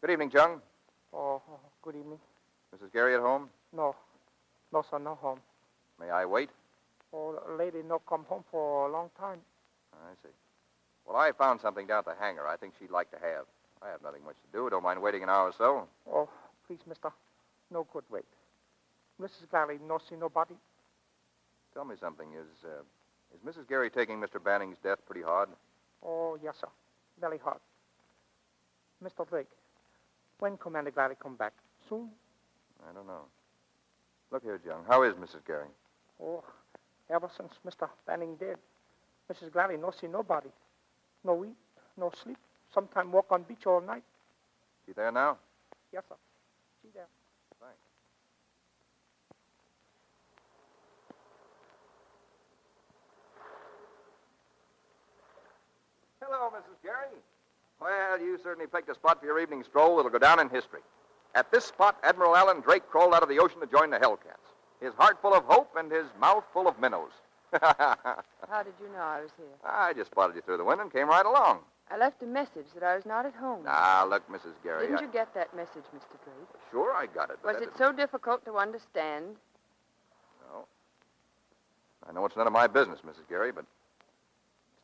Speaker 4: Good evening, Jung.
Speaker 10: Oh, oh, good evening.
Speaker 4: Mrs. Gary at home?
Speaker 10: No, no, sir, no home.
Speaker 4: May I wait?
Speaker 10: Oh, lady, no come home for a long time.
Speaker 4: Oh, I see. Well, I found something down at the hangar I think she'd like to have. I have nothing much to do. Don't mind waiting an hour or so.
Speaker 10: Oh, please, mister, no good wait. Mrs. Gary, no see nobody.
Speaker 4: Tell me something. Is, uh, is Mrs. Gary taking Mr. Banning's death pretty hard?
Speaker 10: Oh, yes, sir, very hard. Mr. Drake, when Commander Gary come back? Soon?
Speaker 4: I don't know. Look here, Jung. How is Mrs. Gary?
Speaker 10: Oh, ever since Mr. Banning dead, Mrs. Gary no see nobody. No eat, no sleep, sometime walk on beach all night.
Speaker 4: She there now?
Speaker 10: Yes, sir, she there.
Speaker 4: Thanks. Hello, Mrs. Gary. Well, you certainly picked a spot for your evening stroll that'll go down in history. At this spot, Admiral Allen Drake crawled out of the ocean to join the Hellcats, his heart full of hope and his mouth full of minnows. *laughs* I
Speaker 7: How did you know I was here?
Speaker 4: just spotted you through the window and came right along.
Speaker 7: I left a message that I was not at home.
Speaker 4: Ah, look, Mrs. Gary.
Speaker 7: Didn't
Speaker 4: I-
Speaker 7: you get that message, Mr. Drake?
Speaker 4: Sure, I got it. but
Speaker 7: Was
Speaker 4: that
Speaker 7: it so difficult to understand?
Speaker 4: No. I know it's none of my business, Mrs. Gary, but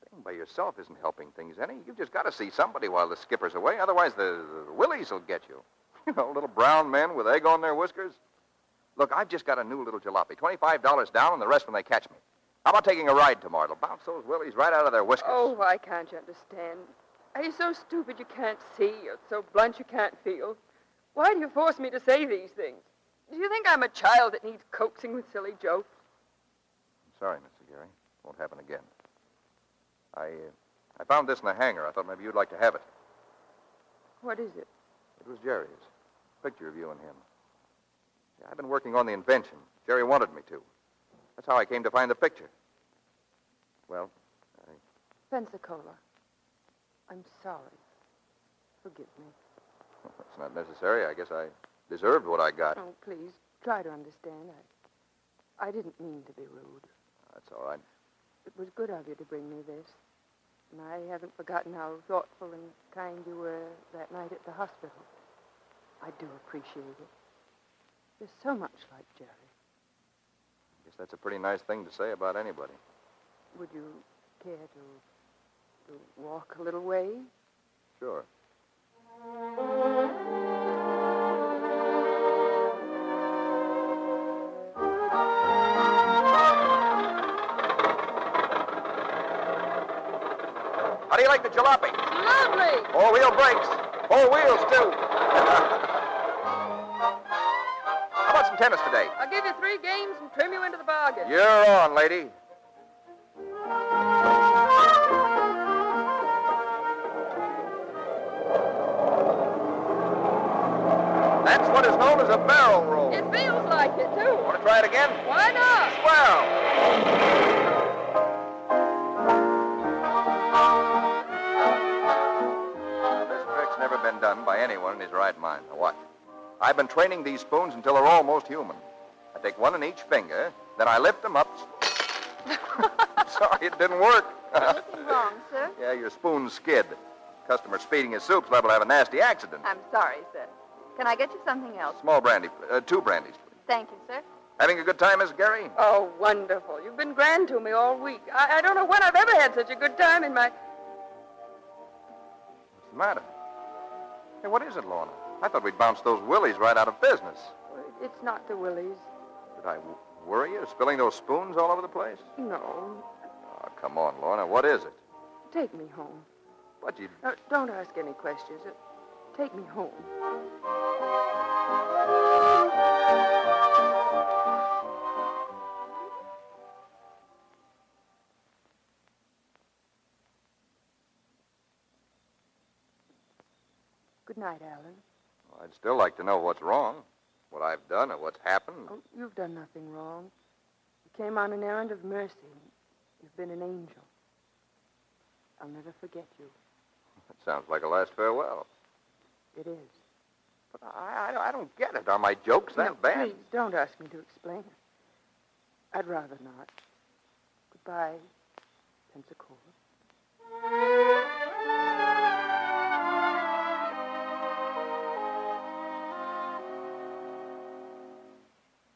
Speaker 4: staying by yourself isn't helping things any. You've just got to see somebody while the skipper's away, otherwise the, the willies will get you. *laughs* You know, little brown men with egg on their whiskers. Look, I've just got a new little jalopy. $25 down and the rest when they catch me. How about taking a ride tomorrow? It'll bounce those willies right out of their whiskers.
Speaker 7: Oh, why can't you understand? Are you so stupid you can't see? You're so blunt you can't feel? Why do you force me to say these things? Do you think I'm a child that needs coaxing with silly jokes?
Speaker 4: Sorry, Mr. Gary. Won't happen again. I, uh, I found this in the hangar. I thought maybe you'd like to have it.
Speaker 7: What is it?
Speaker 4: It was Jerry's. Picture of you and him. I've been working on the invention. Jerry wanted me to. That's how I came to find the picture. Well,
Speaker 7: Pensacola, I'm sorry. Forgive me.
Speaker 4: it's not necessary. I guess I deserved what I got.
Speaker 7: Oh, please, try to understand. I, I didn't mean to be rude.
Speaker 4: That's all right.
Speaker 7: It was good of you to bring me this. And I haven't forgotten how thoughtful and kind you were that night at the hospital. I do appreciate it. You're so much like Jerry.
Speaker 4: I guess that's a pretty nice thing to say about anybody.
Speaker 7: Would you care to, to walk a little way?
Speaker 4: Sure.
Speaker 11: How do you like the jalopy?
Speaker 7: Lovely!
Speaker 11: Four wheel brakes. Four wheels, too.
Speaker 4: *laughs* How about some tennis today?
Speaker 7: I'll give you three games and trim you into the bargain.
Speaker 4: You're on, lady.
Speaker 11: That's what is known as a barrel roll.
Speaker 7: It feels like it, too.
Speaker 11: Want to try it again?
Speaker 7: Why not?
Speaker 11: Swell.
Speaker 4: Uh, This trick's never been done by anyone in his right mind. Now watch. I've been training these spoons until they're almost human. I take one in each finger, then I lift
Speaker 7: *laughs*
Speaker 4: them up. Sorry, it didn't work.
Speaker 7: Anything wrong, sir?
Speaker 4: *laughs* yeah, your spoon skid. Customer speeding his soup's liable to have a nasty accident.
Speaker 16: I'm sorry, sir. Can I get you something else?
Speaker 4: Small brandy, uh, two brandies.
Speaker 16: Thank you, sir.
Speaker 4: Having a good time, Miss Gary?
Speaker 7: Oh, wonderful. You've been grand to me all week. I, I don't know when I've ever had such a good time in my.
Speaker 4: What's the matter? Hey, what is it, Lorna? I thought we'd bounce those willies right out of business.
Speaker 7: It's not the Willies.
Speaker 4: Did I w- worry you, spilling those spoons all over the place?
Speaker 7: No.
Speaker 4: Oh, come on, Lorna. What is it?
Speaker 7: Take me home.
Speaker 4: What you
Speaker 7: No, don't ask any questions. Uh, Take me home. Good night, Alan.
Speaker 4: I'd still like to know what's wrong, what I've done, or what's happened.
Speaker 7: Oh, you've done nothing wrong. You came on an errand of mercy. You've been an angel. I'll never forget you.
Speaker 4: That sounds like a last farewell.
Speaker 7: It is.
Speaker 4: But I, I, I don't get it. Are my jokes that
Speaker 7: No,
Speaker 4: bad?
Speaker 7: Please don't ask me to explain it. I'd rather not. Goodbye, Pensacola.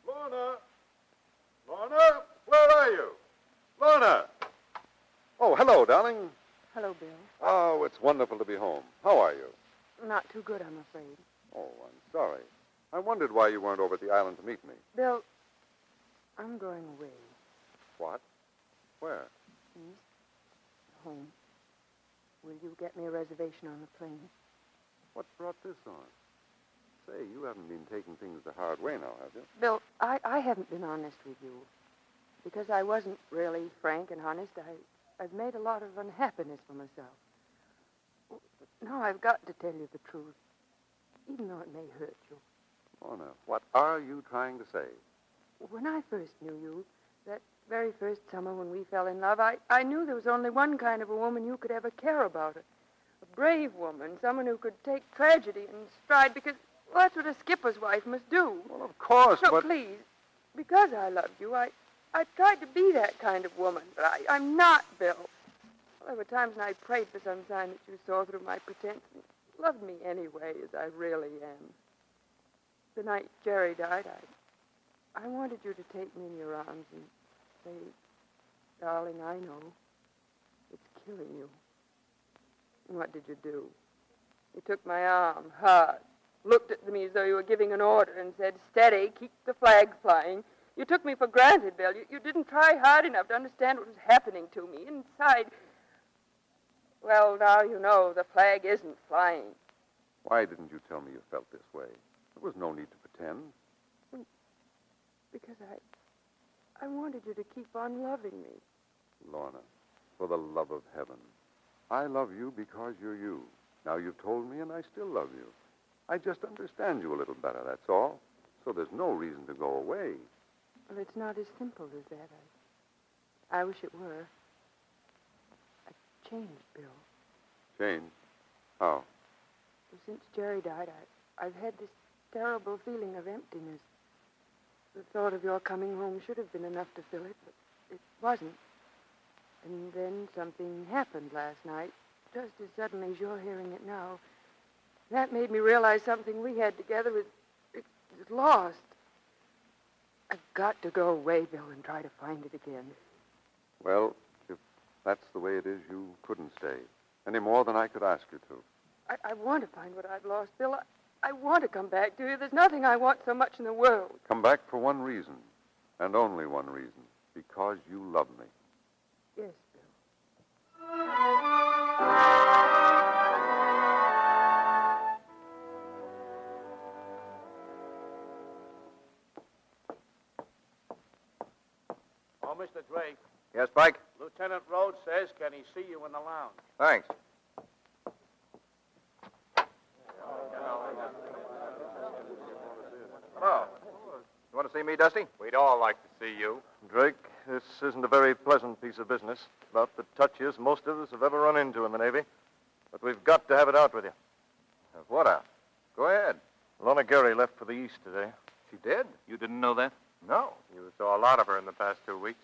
Speaker 6: Lorna! Lorna, where are you? Lorna! Oh, hello, darling.
Speaker 7: Hello, Bill.
Speaker 6: Oh, it's wonderful to be home. How are you?
Speaker 7: Not too good, I'm afraid.
Speaker 6: Oh, I'm sorry. I wondered why you weren't over at the island to meet me.
Speaker 7: Bill, I'm going away.
Speaker 6: What? Where?
Speaker 7: East, home. Will you get me a reservation on the plane?
Speaker 6: What brought this on? Say, you haven't been taking things the hard way now, have you?
Speaker 7: Bill, I, I haven't been honest with you. Because I wasn't really frank and honest, I, I've made a lot of unhappiness for myself. Now I've got to tell you the truth, even though it may hurt you.
Speaker 6: Lorna, what are you trying to say?
Speaker 7: When I first knew you, that very first summer when we fell in love, I, I knew there was only one kind of a woman you could ever care about. A, a brave woman, someone who could take tragedy in stride because well, that's what a skipper's wife must do. Well,
Speaker 6: of course,
Speaker 7: so
Speaker 6: but-
Speaker 7: please, because I loved you, I, I tried to be that kind of woman, but I, I'm not, Bill. Well, there were times when I prayed for some sign that you saw through my pretense and loved me anyway, as I really am. The night Jerry died, I I wanted you to take me in your arms and say, darling, I know. It's killing you. And what did you do? You took my arm hard, looked at me as though you were giving an order, and said, steady, keep the flag flying. You took me for granted, Bill. You, you didn't try hard enough to understand what was happening to me inside. Well, now you know the flag isn't flying.
Speaker 6: Why didn't you tell me you felt this way? There was no need to pretend.
Speaker 7: Because I, I wanted you to keep on loving me.
Speaker 6: Lorna, for the love of heaven, I love you because you're you. Now you've told me, and I still love you. I just understand you a little better, that's all. So there's no reason to go away.
Speaker 7: Well, it's not as simple as that. I, I wish it were. I changed, Bill.
Speaker 6: Change? How?
Speaker 7: Since Jerry died, I, I've had this terrible feeling of emptiness. The thought of your coming home should have been enough to fill it, but it wasn't. And then something happened last night, just as suddenly as you're hearing it now. That made me realize something we had together was, it, was lost. I've got to go away, Bill, and try to find it again.
Speaker 6: Well, if that's the way it is, you couldn't stay any more than I could ask you to.
Speaker 7: I, I want to find what I've lost, Bill. I, I want to come back to you. There's nothing I want so much in the world.
Speaker 6: Come back for one reason, and only one reason because you love me.
Speaker 7: Yes.
Speaker 2: Oh, Mr. Drake,
Speaker 4: Yes, Spike?
Speaker 2: Lieutenant Rhodes says, can he see you in the lounge?
Speaker 4: Thanks. Hello. You want to see me, Dusty?
Speaker 11: We'd all like to see you.
Speaker 5: Drake, this isn't a very pleasant piece of business. About the touchiest most of us have ever run into in the Navy. But we've got to have it out with you.
Speaker 4: What out? Go ahead.
Speaker 5: Lona Gary left for the East today.
Speaker 4: She did?
Speaker 8: You didn't know that?
Speaker 5: No.
Speaker 11: You saw a lot of her in the past two weeks.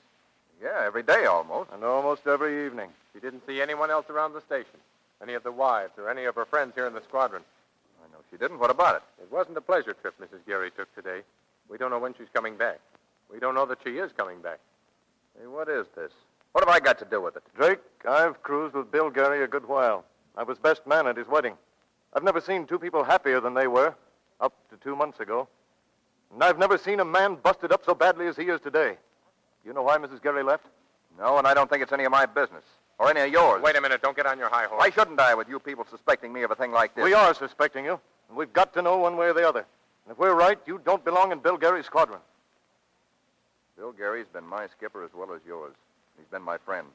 Speaker 4: Yeah, every day almost.
Speaker 5: And almost every evening.
Speaker 11: She didn't see anyone else around the station. Any of the wives or any of her friends here in the squadron.
Speaker 4: I know she didn't. What about it?
Speaker 11: It wasn't a pleasure trip Mrs. Geary took today. We don't know when she's coming back. We don't know that she is coming back.
Speaker 4: Hey, what is this? What have I got to do with it?
Speaker 5: Drake, I've cruised with Bill Gary a good while. I was best man at his wedding. I've never seen two people happier than they were up to two months ago. And I've never seen a man busted up so badly as he is today. You know why Mrs. Gary left?
Speaker 4: No, and I don't think it's any of my business. Or any of yours.
Speaker 11: Wait a minute. Don't get on your high horse.
Speaker 4: Why shouldn't I with you people suspecting me of a thing like this?
Speaker 5: We are suspecting you, and we've got to know one way or the other. And if we're right, you don't belong in Bill Gary's squadron.
Speaker 4: Bill Gary's been my skipper as well as yours. He's been my friend.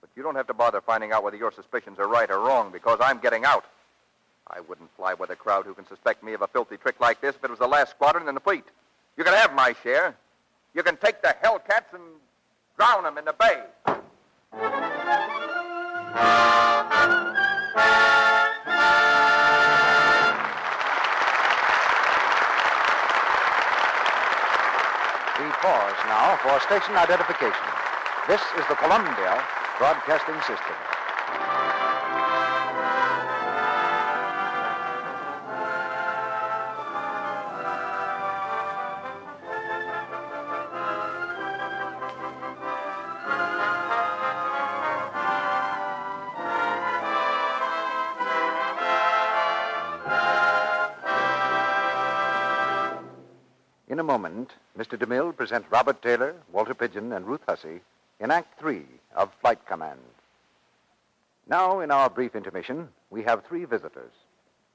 Speaker 4: But you don't have to bother finding out whether your suspicions are right or wrong because I'm getting out. I wouldn't fly with a crowd who can suspect me of a filthy trick like this if it was the last squadron in the fleet. You can have my share. You can take the Hellcats and drown them in the bay.
Speaker 13: We pause now for station identification. This is the Columbia Broadcasting System. In a moment, Mr. DeMille presents Robert Taylor, Walter Pigeon, and Ruth Hussey in Act Three of Flight Command. Now, in our brief intermission, we have three visitors.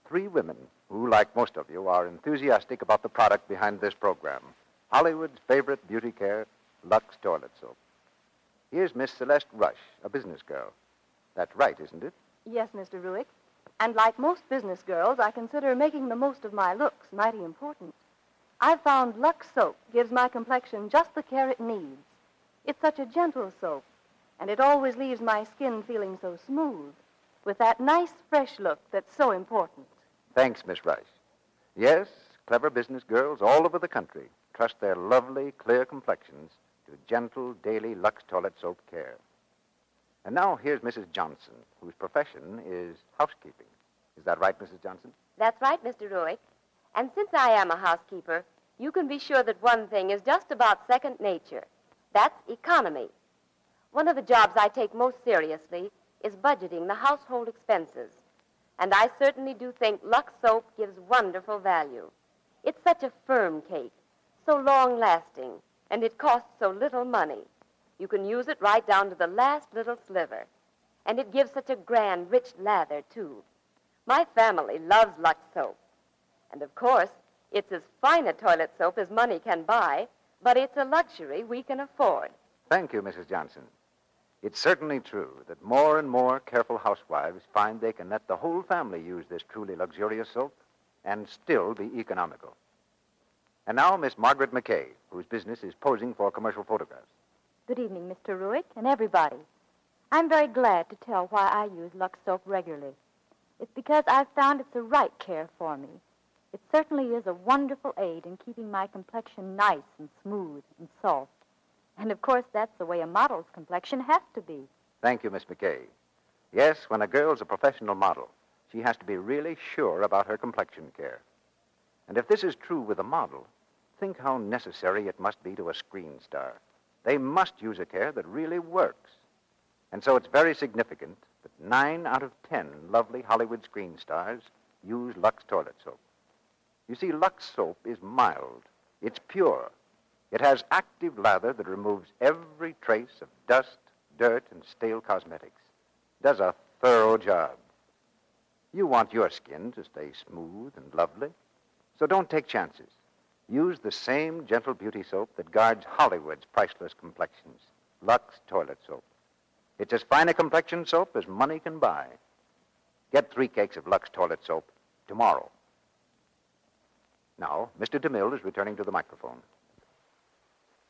Speaker 13: Three women who, like most of you, are enthusiastic about the product behind this program Hollywood's favorite beauty care, Lux Toilet Soap. Here's Miss Celeste Rush, a business girl. That's right, isn't it?
Speaker 17: Yes, Mr. Ruick. And like most business girls, I consider making the most of my looks mighty important. I've found Lux soap gives my complexion just the care it needs. It's such a gentle soap, and it always leaves my skin feeling so smooth, with that nice, fresh look that's so important.
Speaker 13: Thanks, Miss Rush. Yes, clever business girls all over the country trust their lovely, clear complexions to gentle daily Lux toilet soap care. And now here's Mrs. Johnson, whose profession is housekeeping. Is that right, Mrs. Johnson?
Speaker 18: That's right, Mr. Ruick. And since I am a housekeeper, you can be sure that one thing is just about second nature. That's economy. One of the jobs I take most seriously is budgeting the household expenses. And I certainly do think Lux soap gives wonderful value. It's such a firm cake, so long lasting, and it costs so little money. You can use it right down to the last little sliver. And it gives such a grand, rich lather, too. My family loves Lux soap. And of course, it's as fine a toilet soap as money can buy, but it's a luxury we can afford.
Speaker 13: Thank you, Mrs. Johnson. It's certainly true that more and more careful housewives find they can let the whole family use this truly luxurious soap and still be economical. And now, Miss Margaret McKay, whose business is posing for commercial photographs.
Speaker 19: Good evening, Mr. Ruick, and everybody. I'm very glad to tell why I use Lux soap regularly. It's because I've found it's the right care for me. It certainly is a wonderful aid in keeping my complexion nice and smooth and soft. And of course, that's the way a model's complexion has to be.
Speaker 13: Thank you, Miss McKay. Yes, when a girl's a professional model, she has to be really sure about her complexion care. And if this is true with a model, think how necessary it must be to a screen star. They must use a care that really works. And so it's very significant that nine out of ten lovely Hollywood screen stars use Lux toilet soap. You see, Lux soap is mild, it's pure, it has active lather that removes every trace of dust, dirt, and stale cosmetics. Does a thorough job. You want your skin to stay smooth and lovely, so don't take chances. Use the same gentle beauty soap that guards Hollywood's priceless complexions Lux Toilet Soap. It's as fine a complexion soap as money can buy. Get three cakes of Lux Toilet Soap tomorrow. Now, Mr. DeMille is returning to the microphone.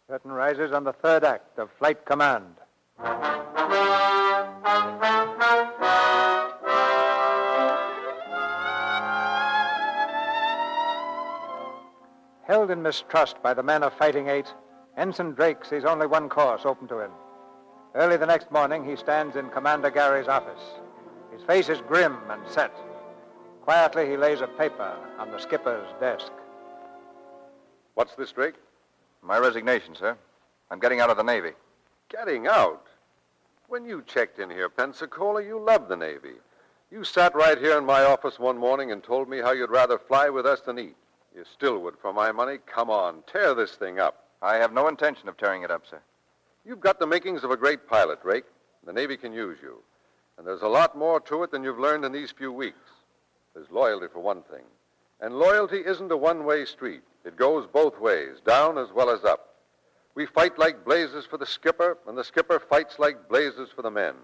Speaker 1: Curtain rises on the third act of Flight Command. Held in mistrust by the men of Fighting Eight, Ensign Drake sees only one course open to him. Early the next morning, he stands in Commander Gary's office. His face is grim and set. Quietly, he lays a paper on the skipper's desk.
Speaker 6: What's this, Drake?
Speaker 4: My resignation, sir. I'm getting out of the Navy.
Speaker 6: Getting out. When you checked in here, Pensacola, you loved the Navy. You sat right here in my office one morning and told me how you'd rather fly with us than eat. You still would for my money. Come on, tear this thing up.
Speaker 4: I have no intention of tearing it up, sir.
Speaker 6: You've got the makings of a great pilot, Drake. The Navy can use you. And there's a lot more to it than you've learned in these few weeks. There's loyalty, for one thing. And loyalty isn't a one way street, it goes both ways, down as well as up. We fight like blazes for the skipper, and the skipper fights like blazes for the men.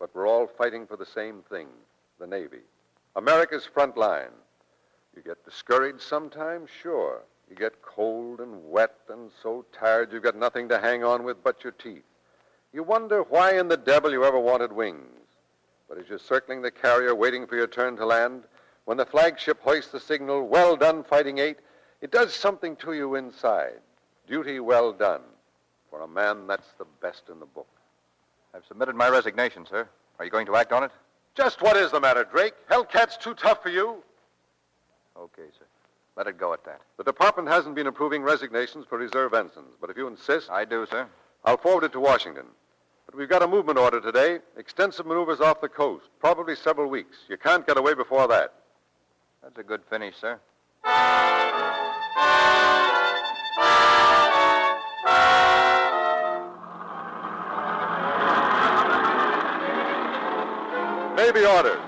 Speaker 6: But we're all fighting for the same thing the Navy. America's front line. You get discouraged sometimes, sure. You get cold and wet and so tired you've got nothing to hang on with but your teeth. You wonder why in the devil you ever wanted wings. But as you're circling the carrier waiting for your turn to land, when the flagship hoists the signal, well done, Fighting Eight, it does something to you inside. Duty well done. For a man, that's the best in the book.
Speaker 4: I've submitted my resignation, sir. Are you going to act on it?
Speaker 6: Just what is the matter, Drake? Hellcat's too tough for you?
Speaker 4: Okay, sir. Let it go at that.
Speaker 6: The department hasn't been approving resignations for reserve ensigns, but if you insist.
Speaker 4: I do, sir.
Speaker 6: I'll forward it to Washington. But we've got a movement order today. Extensive maneuvers off the coast, probably several weeks. You can't get away before that.
Speaker 4: That's a good finish, sir.
Speaker 6: Navy orders.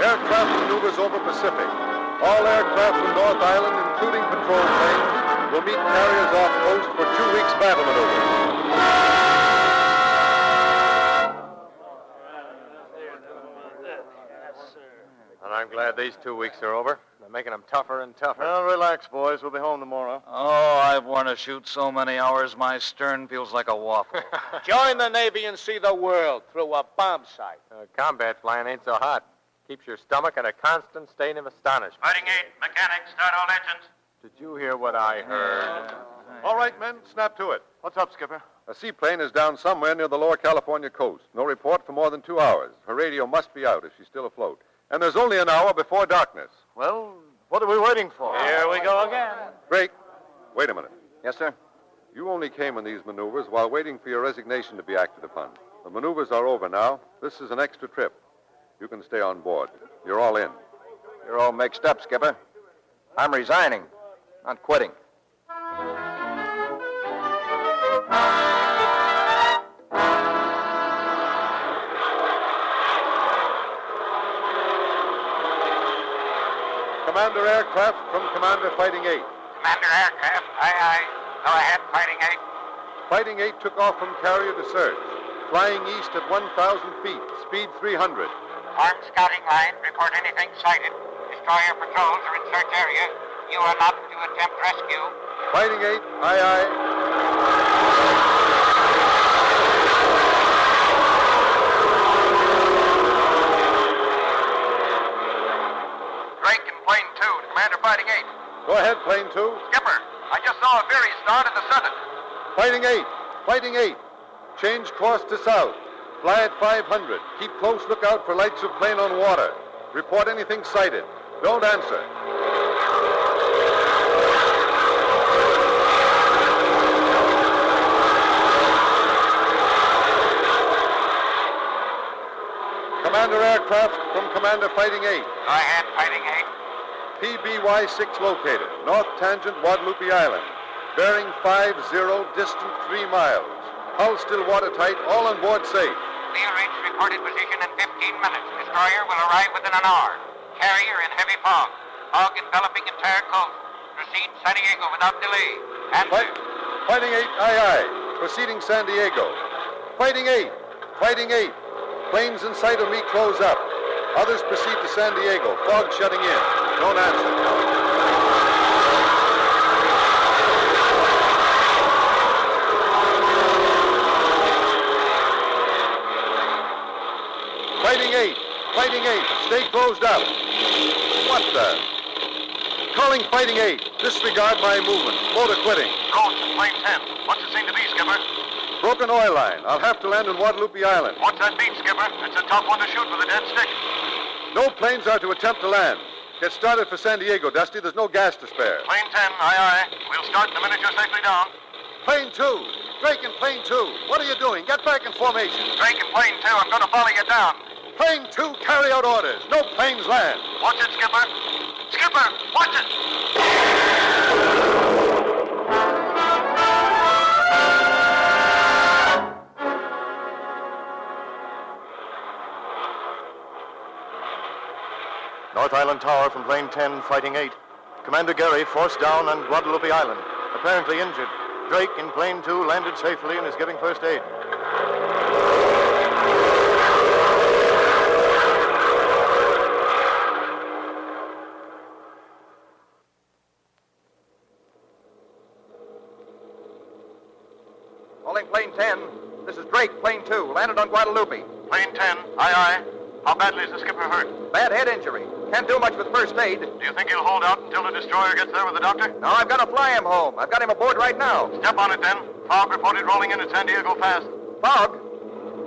Speaker 6: Aircraft maneuvers over Pacific. All aircraft from North Island, including patrol planes, will meet carriers off coast for two weeks' battle maneuvers.
Speaker 11: And I'm glad these two weeks are over. They're making them tougher and tougher.
Speaker 5: Well, relax, boys. We'll be home tomorrow.
Speaker 8: Oh, I've worn a chute so many hours, my stern feels like
Speaker 11: *laughs*
Speaker 8: a waffle.
Speaker 11: *laughs* Join the Navy and see the world through a bomb sight. Uh, combat flying ain't so hot. Keeps your stomach in a constant state of astonishment.
Speaker 3: Fighting eight, mechanics, start all engines.
Speaker 11: Did you hear what I heard?
Speaker 6: All right, men, snap to it.
Speaker 5: What's up, Skipper?
Speaker 6: A seaplane is down somewhere near the lower California coast. No report for more than two hours. Her radio must be out if she's still afloat. And there's only an hour before darkness.
Speaker 5: Well, what are we waiting for?
Speaker 11: Here we go again.
Speaker 6: Drake, wait a minute.
Speaker 4: Yes, sir.
Speaker 6: You only came in these maneuvers while waiting for your resignation to be acted upon. The maneuvers are over now. This is an extra trip. You can stay on board. You're all in.
Speaker 4: You're all mixed up, Skipper. I'm resigning, not quitting.
Speaker 6: Commander aircraft from Commander Fighting Eight.
Speaker 3: Commander aircraft, aye, aye. Go ahead, fighting eight.
Speaker 6: Fighting Eight took off from carrier to search, flying east at 1,000 feet, speed 300.
Speaker 3: Armed scouting line, report anything sighted. Destroyer patrols are in search area. You are not to attempt rescue.
Speaker 20: Fighting eight, aye, aye.
Speaker 6: Drake in plane two to Commander Fighting Eight.
Speaker 20: Go ahead, plane two.
Speaker 6: Skipper, I just saw a Veery start in the Senate.
Speaker 20: Fighting eight, fighting eight. Change course to south. Fly at 500. Keep close lookout for lights of plane on water. Report anything sighted. Don't answer. Commander aircraft from Commander Fighting Eight.
Speaker 6: I had Fighting Eight.
Speaker 20: PBY-6 located, north tangent Guadalupe Island. Bearing 50, distant 3 miles. Hull still watertight, all on board safe.
Speaker 9: Clear range reported position in 15 minutes. Destroyer will arrive within an hour. Carrier in heavy fog. Fog enveloping entire coast. Proceed San Diego without delay.
Speaker 20: Fight, fighting 8 aye aye, proceeding San Diego. Fighting 8, fighting 8. Planes in sight of me close up. Others proceed to San Diego, fog shutting in. Don't answer. Fighting 8, fighting 8, stay closed up. What the? Calling Fighting 8, disregard my movement. Motor quitting.
Speaker 9: Coast, plane 10. What's it seem to be, Skipper?
Speaker 20: Broken oil line. I'll have to land on Guadalupe Island.
Speaker 9: What's that mean, Skipper? It's a tough one to shoot with a dead stick.
Speaker 20: No planes are to attempt to land. Get started for San Diego, Dusty. There's no gas to spare.
Speaker 9: Plane 10, aye aye. We'll start the minute you're safely down.
Speaker 20: Plane two. Drake in plane two. What are you doing? Get back in formation.
Speaker 9: Drake in plane 2, I'm going to follow you down.
Speaker 20: Plane two, carry out orders. No planes land.
Speaker 9: Watch it, Skipper. Skipper, watch it!
Speaker 5: North Island Tower from plane 10, fighting 8. Commander Gary forced down on Guadalupe Island, apparently injured. Drake in plane 2 landed safely and is giving first aid.
Speaker 6: Calling plane 10. This is Drake, plane 2. Landed on Guadalupe.
Speaker 9: Plane 10, aye aye. How badly is the skipper hurt?
Speaker 6: Bad head injury. Can't do much with first aid.
Speaker 9: Do you think he'll hold out until the destroyer gets there with the doctor?
Speaker 6: No, I've got to fly him home. I've got him aboard right now.
Speaker 9: Step on it then. Fog reported rolling into San Diego fast.
Speaker 6: Fog,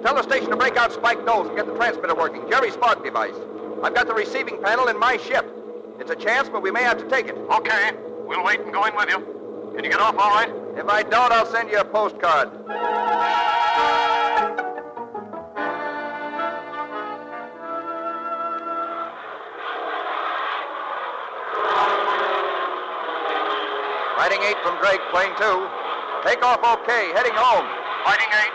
Speaker 6: tell the station to break out Spike Knowles and get the transmitter working. Jerry's fog device. I've got the receiving panel in my ship. It's a chance, but we may have to take it.
Speaker 9: Okay, we'll wait and go in with you. Can you get off all right?
Speaker 6: If I don't, I'll send you a postcard. Fighting 8 from Drake, plane 2. Take off okay, heading home.
Speaker 9: Fighting 8,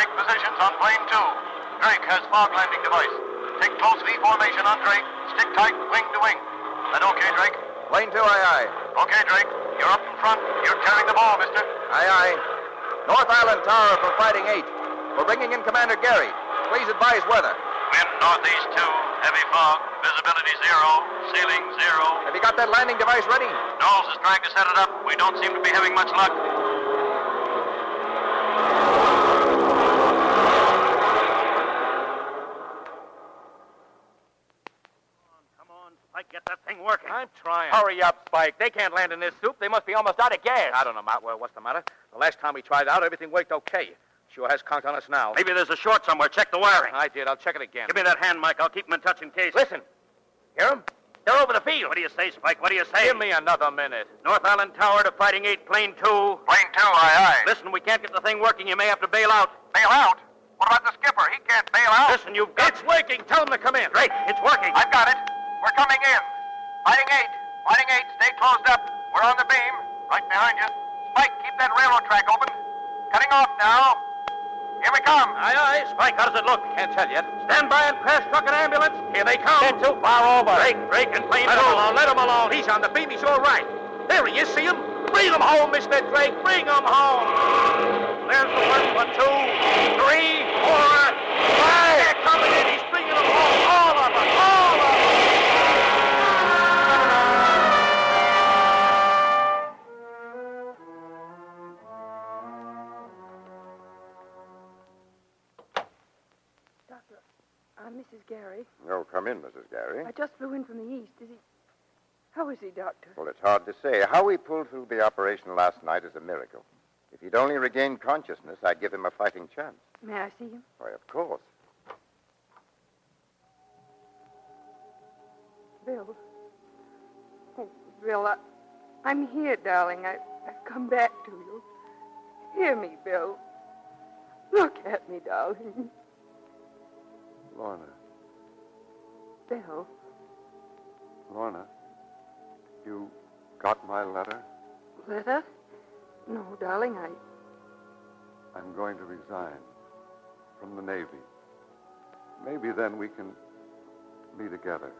Speaker 9: take positions on plane 2. Drake has fog landing device. Take close V formation on Drake. Stick tight, wing to wing. That okay, Drake?
Speaker 6: Plane 2, aye aye.
Speaker 9: Okay, Drake. You're up in front. You're carrying the ball, mister.
Speaker 6: Aye aye. North Island Tower for Fighting 8. We're bringing in Commander Gary. Please advise weather.
Speaker 9: Wind northeast 2, heavy fog, visibility 0, ceiling 0.
Speaker 6: Have you got that landing device ready?
Speaker 9: Knowles is trying to set it up. We don't seem to be having much luck.
Speaker 3: Mike, get that thing working. I'm trying.
Speaker 21: Hurry up, Spike. They can't land in this soup. They must be almost out of gas.
Speaker 12: I don't know, Matt. Well, what's the matter? The last time we tried out, everything worked okay. Sure has conked on us now.
Speaker 3: Maybe there's a short somewhere. Check the wiring.
Speaker 12: I did. I'll check it again.
Speaker 3: Give me that hand, Mike. I'll keep him in touch in case.
Speaker 21: Listen. Hear 'em?
Speaker 3: They're over the field. What do you say, Spike? What do you say?
Speaker 21: Give me another minute.
Speaker 3: North Island Tower to Fighting 8, Plane 2.
Speaker 9: Plane 2, aye aye.
Speaker 3: Listen, we can't get the thing working. You may have to bail out.
Speaker 9: Bail out? What about the skipper? He can't bail out.
Speaker 3: Listen, you've got...
Speaker 21: It's working. Tell 'em to come in.
Speaker 3: Great. It's working.
Speaker 9: I've got it. We're coming in. Fighting 8. Fighting 8, stay closed up. We're on the beam. Right behind you. Spike, keep that railroad track open. Cutting off now. Here we come.
Speaker 3: Aye, aye. Spike, how does it look?
Speaker 21: Can't tell yet.
Speaker 3: Stand by and pass truck and ambulance. Here they come.
Speaker 21: They're too far over.
Speaker 3: Break, break, and plane
Speaker 21: Let
Speaker 3: two.
Speaker 21: him alone. Let him alone. He's on the beam. He's all right. There he is. See him? Bring him home, Mr. Drake. Bring him home. There's the one for two, three, four, five. They're coming in. He's bringing them home. All of them. All of them.
Speaker 7: I'm Mrs. uh, Gary.
Speaker 22: Oh, come in, Mrs. Gary.
Speaker 7: I just flew in from the East. Is he. How is he, Doctor?
Speaker 22: Well, it's hard to say. How he pulled through the operation last night is a miracle. If he'd only regained consciousness, I'd give him a fighting chance.
Speaker 7: May I see him?
Speaker 22: Why, of course.
Speaker 7: Bill. Oh, Bill, I, I'm here, darling. I, I've come back to you. Hear me, Bill. Look at me, darling.
Speaker 22: Lorna,
Speaker 7: Bill,
Speaker 22: Lorna, you got my letter?
Speaker 7: letter? No, darling, I.
Speaker 22: I'm going to resign from the Navy. Maybe then we can be together.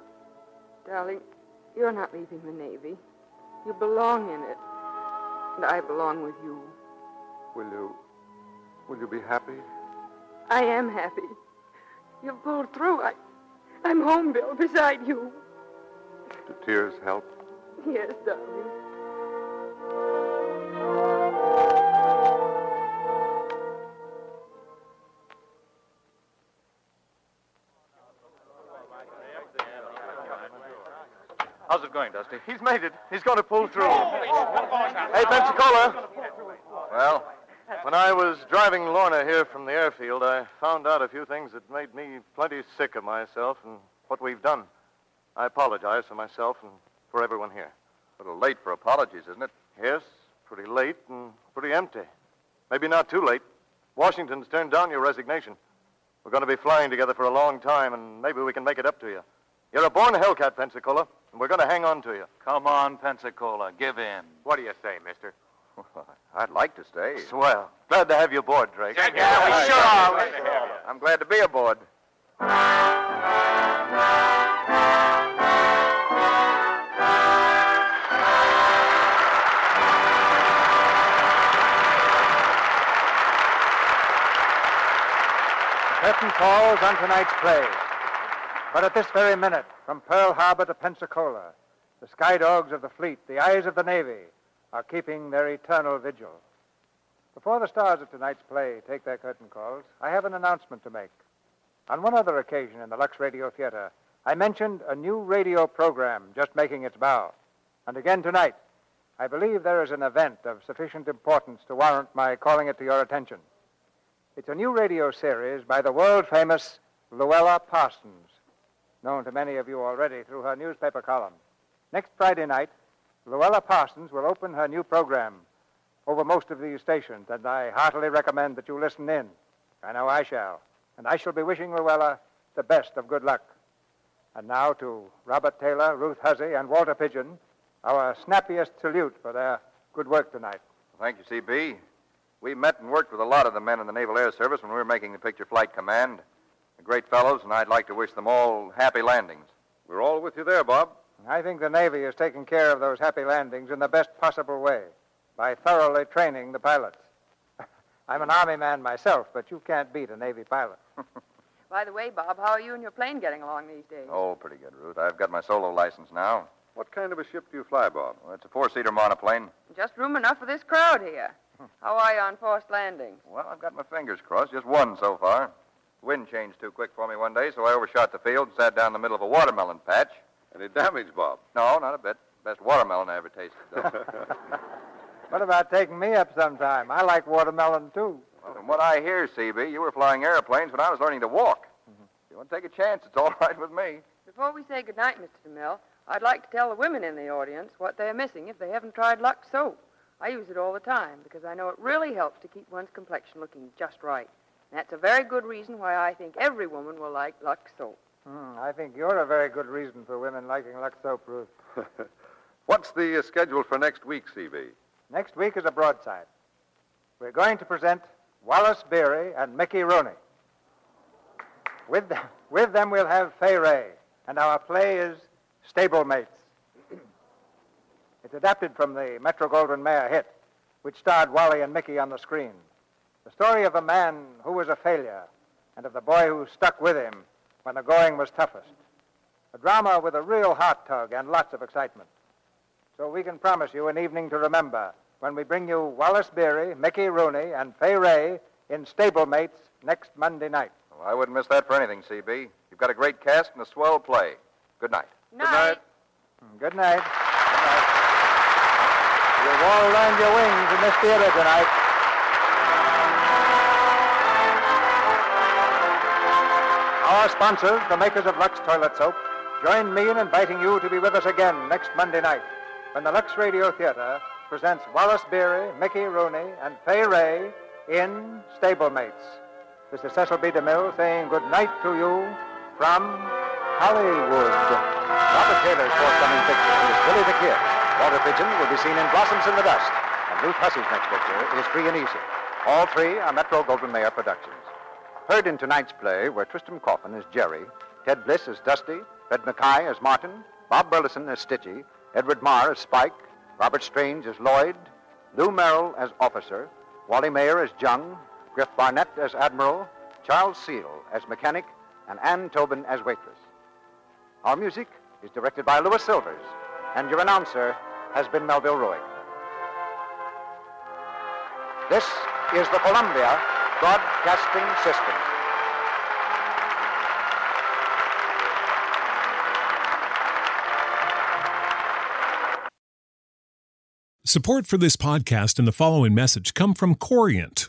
Speaker 7: Darling, you're not leaving the Navy. You belong in it. And I belong with you.
Speaker 22: Will you. Will you be happy?
Speaker 7: I am happy. You've pulled through. I, I'm home, Bill, beside you. *laughs*
Speaker 22: Do tears help?
Speaker 7: Yes, darling.
Speaker 8: How's it going, Dusty?
Speaker 5: He's made it. He's going to pull through.
Speaker 8: Hey,
Speaker 5: Hey, Pensacola. Well, when I was driving Lorna here from the airfield, I found out a few things that made me plenty sick of myself and what we've done. I apologize for myself and for everyone here.
Speaker 4: A little late for apologies, isn't it?
Speaker 5: Yes, pretty late and pretty empty. Maybe not too late. Washington's turned down your resignation. We're going to be flying together for a long time, and maybe we can make it up to you. You're a born Hellcat, Pensacola, and we're going to hang on to you.
Speaker 8: Come on, Pensacola. Give in.
Speaker 11: What do you say, mister?
Speaker 4: I'd like to stay.
Speaker 5: Swell. Glad to have you aboard, Drake.
Speaker 11: Yeah, yeah, we sure are. Glad to have
Speaker 4: I'm glad to be aboard.
Speaker 1: The curtain falls on tonight's play. But at this very minute, from Pearl Harbor to Pensacola, the sky dogs of the fleet, the eyes of the Navy, are keeping their eternal vigil. Before the stars of tonight's play take their curtain calls, I have an announcement to make. On one other occasion in the Lux Radio Theater, I mentioned a new radio program just making its bow. And again tonight, I believe there is an event of sufficient importance to warrant my calling it to your attention. It's a new radio series by the world famous Luella Parsons, known to many of you already through her newspaper column. Next Friday night, Luella Parsons will open her new program over most of these stations, and I heartily recommend that you listen in. I know I shall. And I shall be wishing Luella the best of good luck. And now to Robert Taylor, Ruth Hussey, and Walter Pigeon, our snappiest salute for their good work tonight.
Speaker 4: Thank you, CB. We met and worked with a lot of the men in the Naval Air Service when we were making the Picture Flight Command. They're great fellows, and I'd like to wish them all happy landings. We're all with you there, Bob.
Speaker 1: I think the Navy is taking care of those happy landings in the best possible way by thoroughly training the pilots. *laughs* I'm an Army man myself, but you can't beat a Navy pilot.
Speaker 7: By the way, Bob, how are you and your plane getting along these days?
Speaker 4: Oh, pretty good, Ruth. I've got my solo license now.
Speaker 22: What kind of a ship do you fly, Bob?
Speaker 4: Well, it's a four-seater monoplane.
Speaker 7: Just room enough for this crowd here. How are you on forced landings?
Speaker 4: Well, I've got my fingers crossed. Just one so far. The wind changed too quick for me one day, so I overshot the field and sat down in the middle of a watermelon patch.
Speaker 22: Any damage, Bob?
Speaker 4: No, not a bit. Best watermelon I ever tasted,
Speaker 22: *laughs*
Speaker 4: though.
Speaker 1: What about taking me up sometime? I like watermelon, too.
Speaker 4: Well, from what I hear, CB, you were flying airplanes when I was learning to walk.
Speaker 22: Mm-hmm.
Speaker 4: If you want to take a chance, it's all *laughs* right with me.
Speaker 7: Before we say goodnight, Mr. DeMille, I'd like to tell the women in the audience what they are missing if they haven't tried Lux soap. I use it all the time because I know it really helps to keep one's complexion looking just right. And that's a very good reason why I think every woman will like Lux soap.
Speaker 1: Hmm, I think you're a very good reason for women liking Lux Soap, Ruth.
Speaker 22: *laughs* What's the uh, schedule for next week, CB?
Speaker 1: Next week is a broadside. We're going to present Wallace Beery and Mickey Rooney. With them, with them we'll have Fay Ray, and our play is Stablemates. it's adapted from the Metro Goldwyn Mayer hit, which starred Wally and Mickey on the screen. The story of a man who was a failure, and of the boy who stuck with him when the going was toughest. A drama with a real heart tug and lots of excitement. So we can promise you an evening to remember when we bring you Wallace Beery, Mickey Rooney, and Fay Ray in Stablemates next Monday night.
Speaker 4: Well, I wouldn't miss that for anything, CB. You've got a great cast and a swell play. Good night.
Speaker 1: Night. Mm, Good night. Good night. You've all learned your wings in this theater tonight. Our sponsors, the makers of Lux Toilet Soap, join me in inviting you to be with us again next Monday night when the Lux Radio Theater presents Wallace Beery, Mickey Rooney, and Fay Ray in Stablemates. This is Cecil B. DeMille saying good night to you from Hollywood.
Speaker 13: Robert Taylor's forthcoming picture is Billy the Kid. Walter Pigeon will be seen in Blossoms in the Dust. And Ruth Hussey's next picture is Free and Easy. All three are Metro Goldwyn Mayer productions. Heard in tonight's play were Tristram Coffin as Jerry, Ted Bliss as Dusty, Red Mackay as Martin, Bob Burleson as Stitchy, Edward Marr as Spike, Robert Strange as Lloyd, Lou Merrill as Officer, Wally Mayer as Jung, Griff Barnett as Admiral, Charles Seal as Mechanic, and Ann Tobin as Waitress. Our music is directed by Louis Silvers, and your announcer has been Melville Roy. This is the Columbia Broadcasting System.
Speaker 15: Support for this podcast and the following message come from Corient.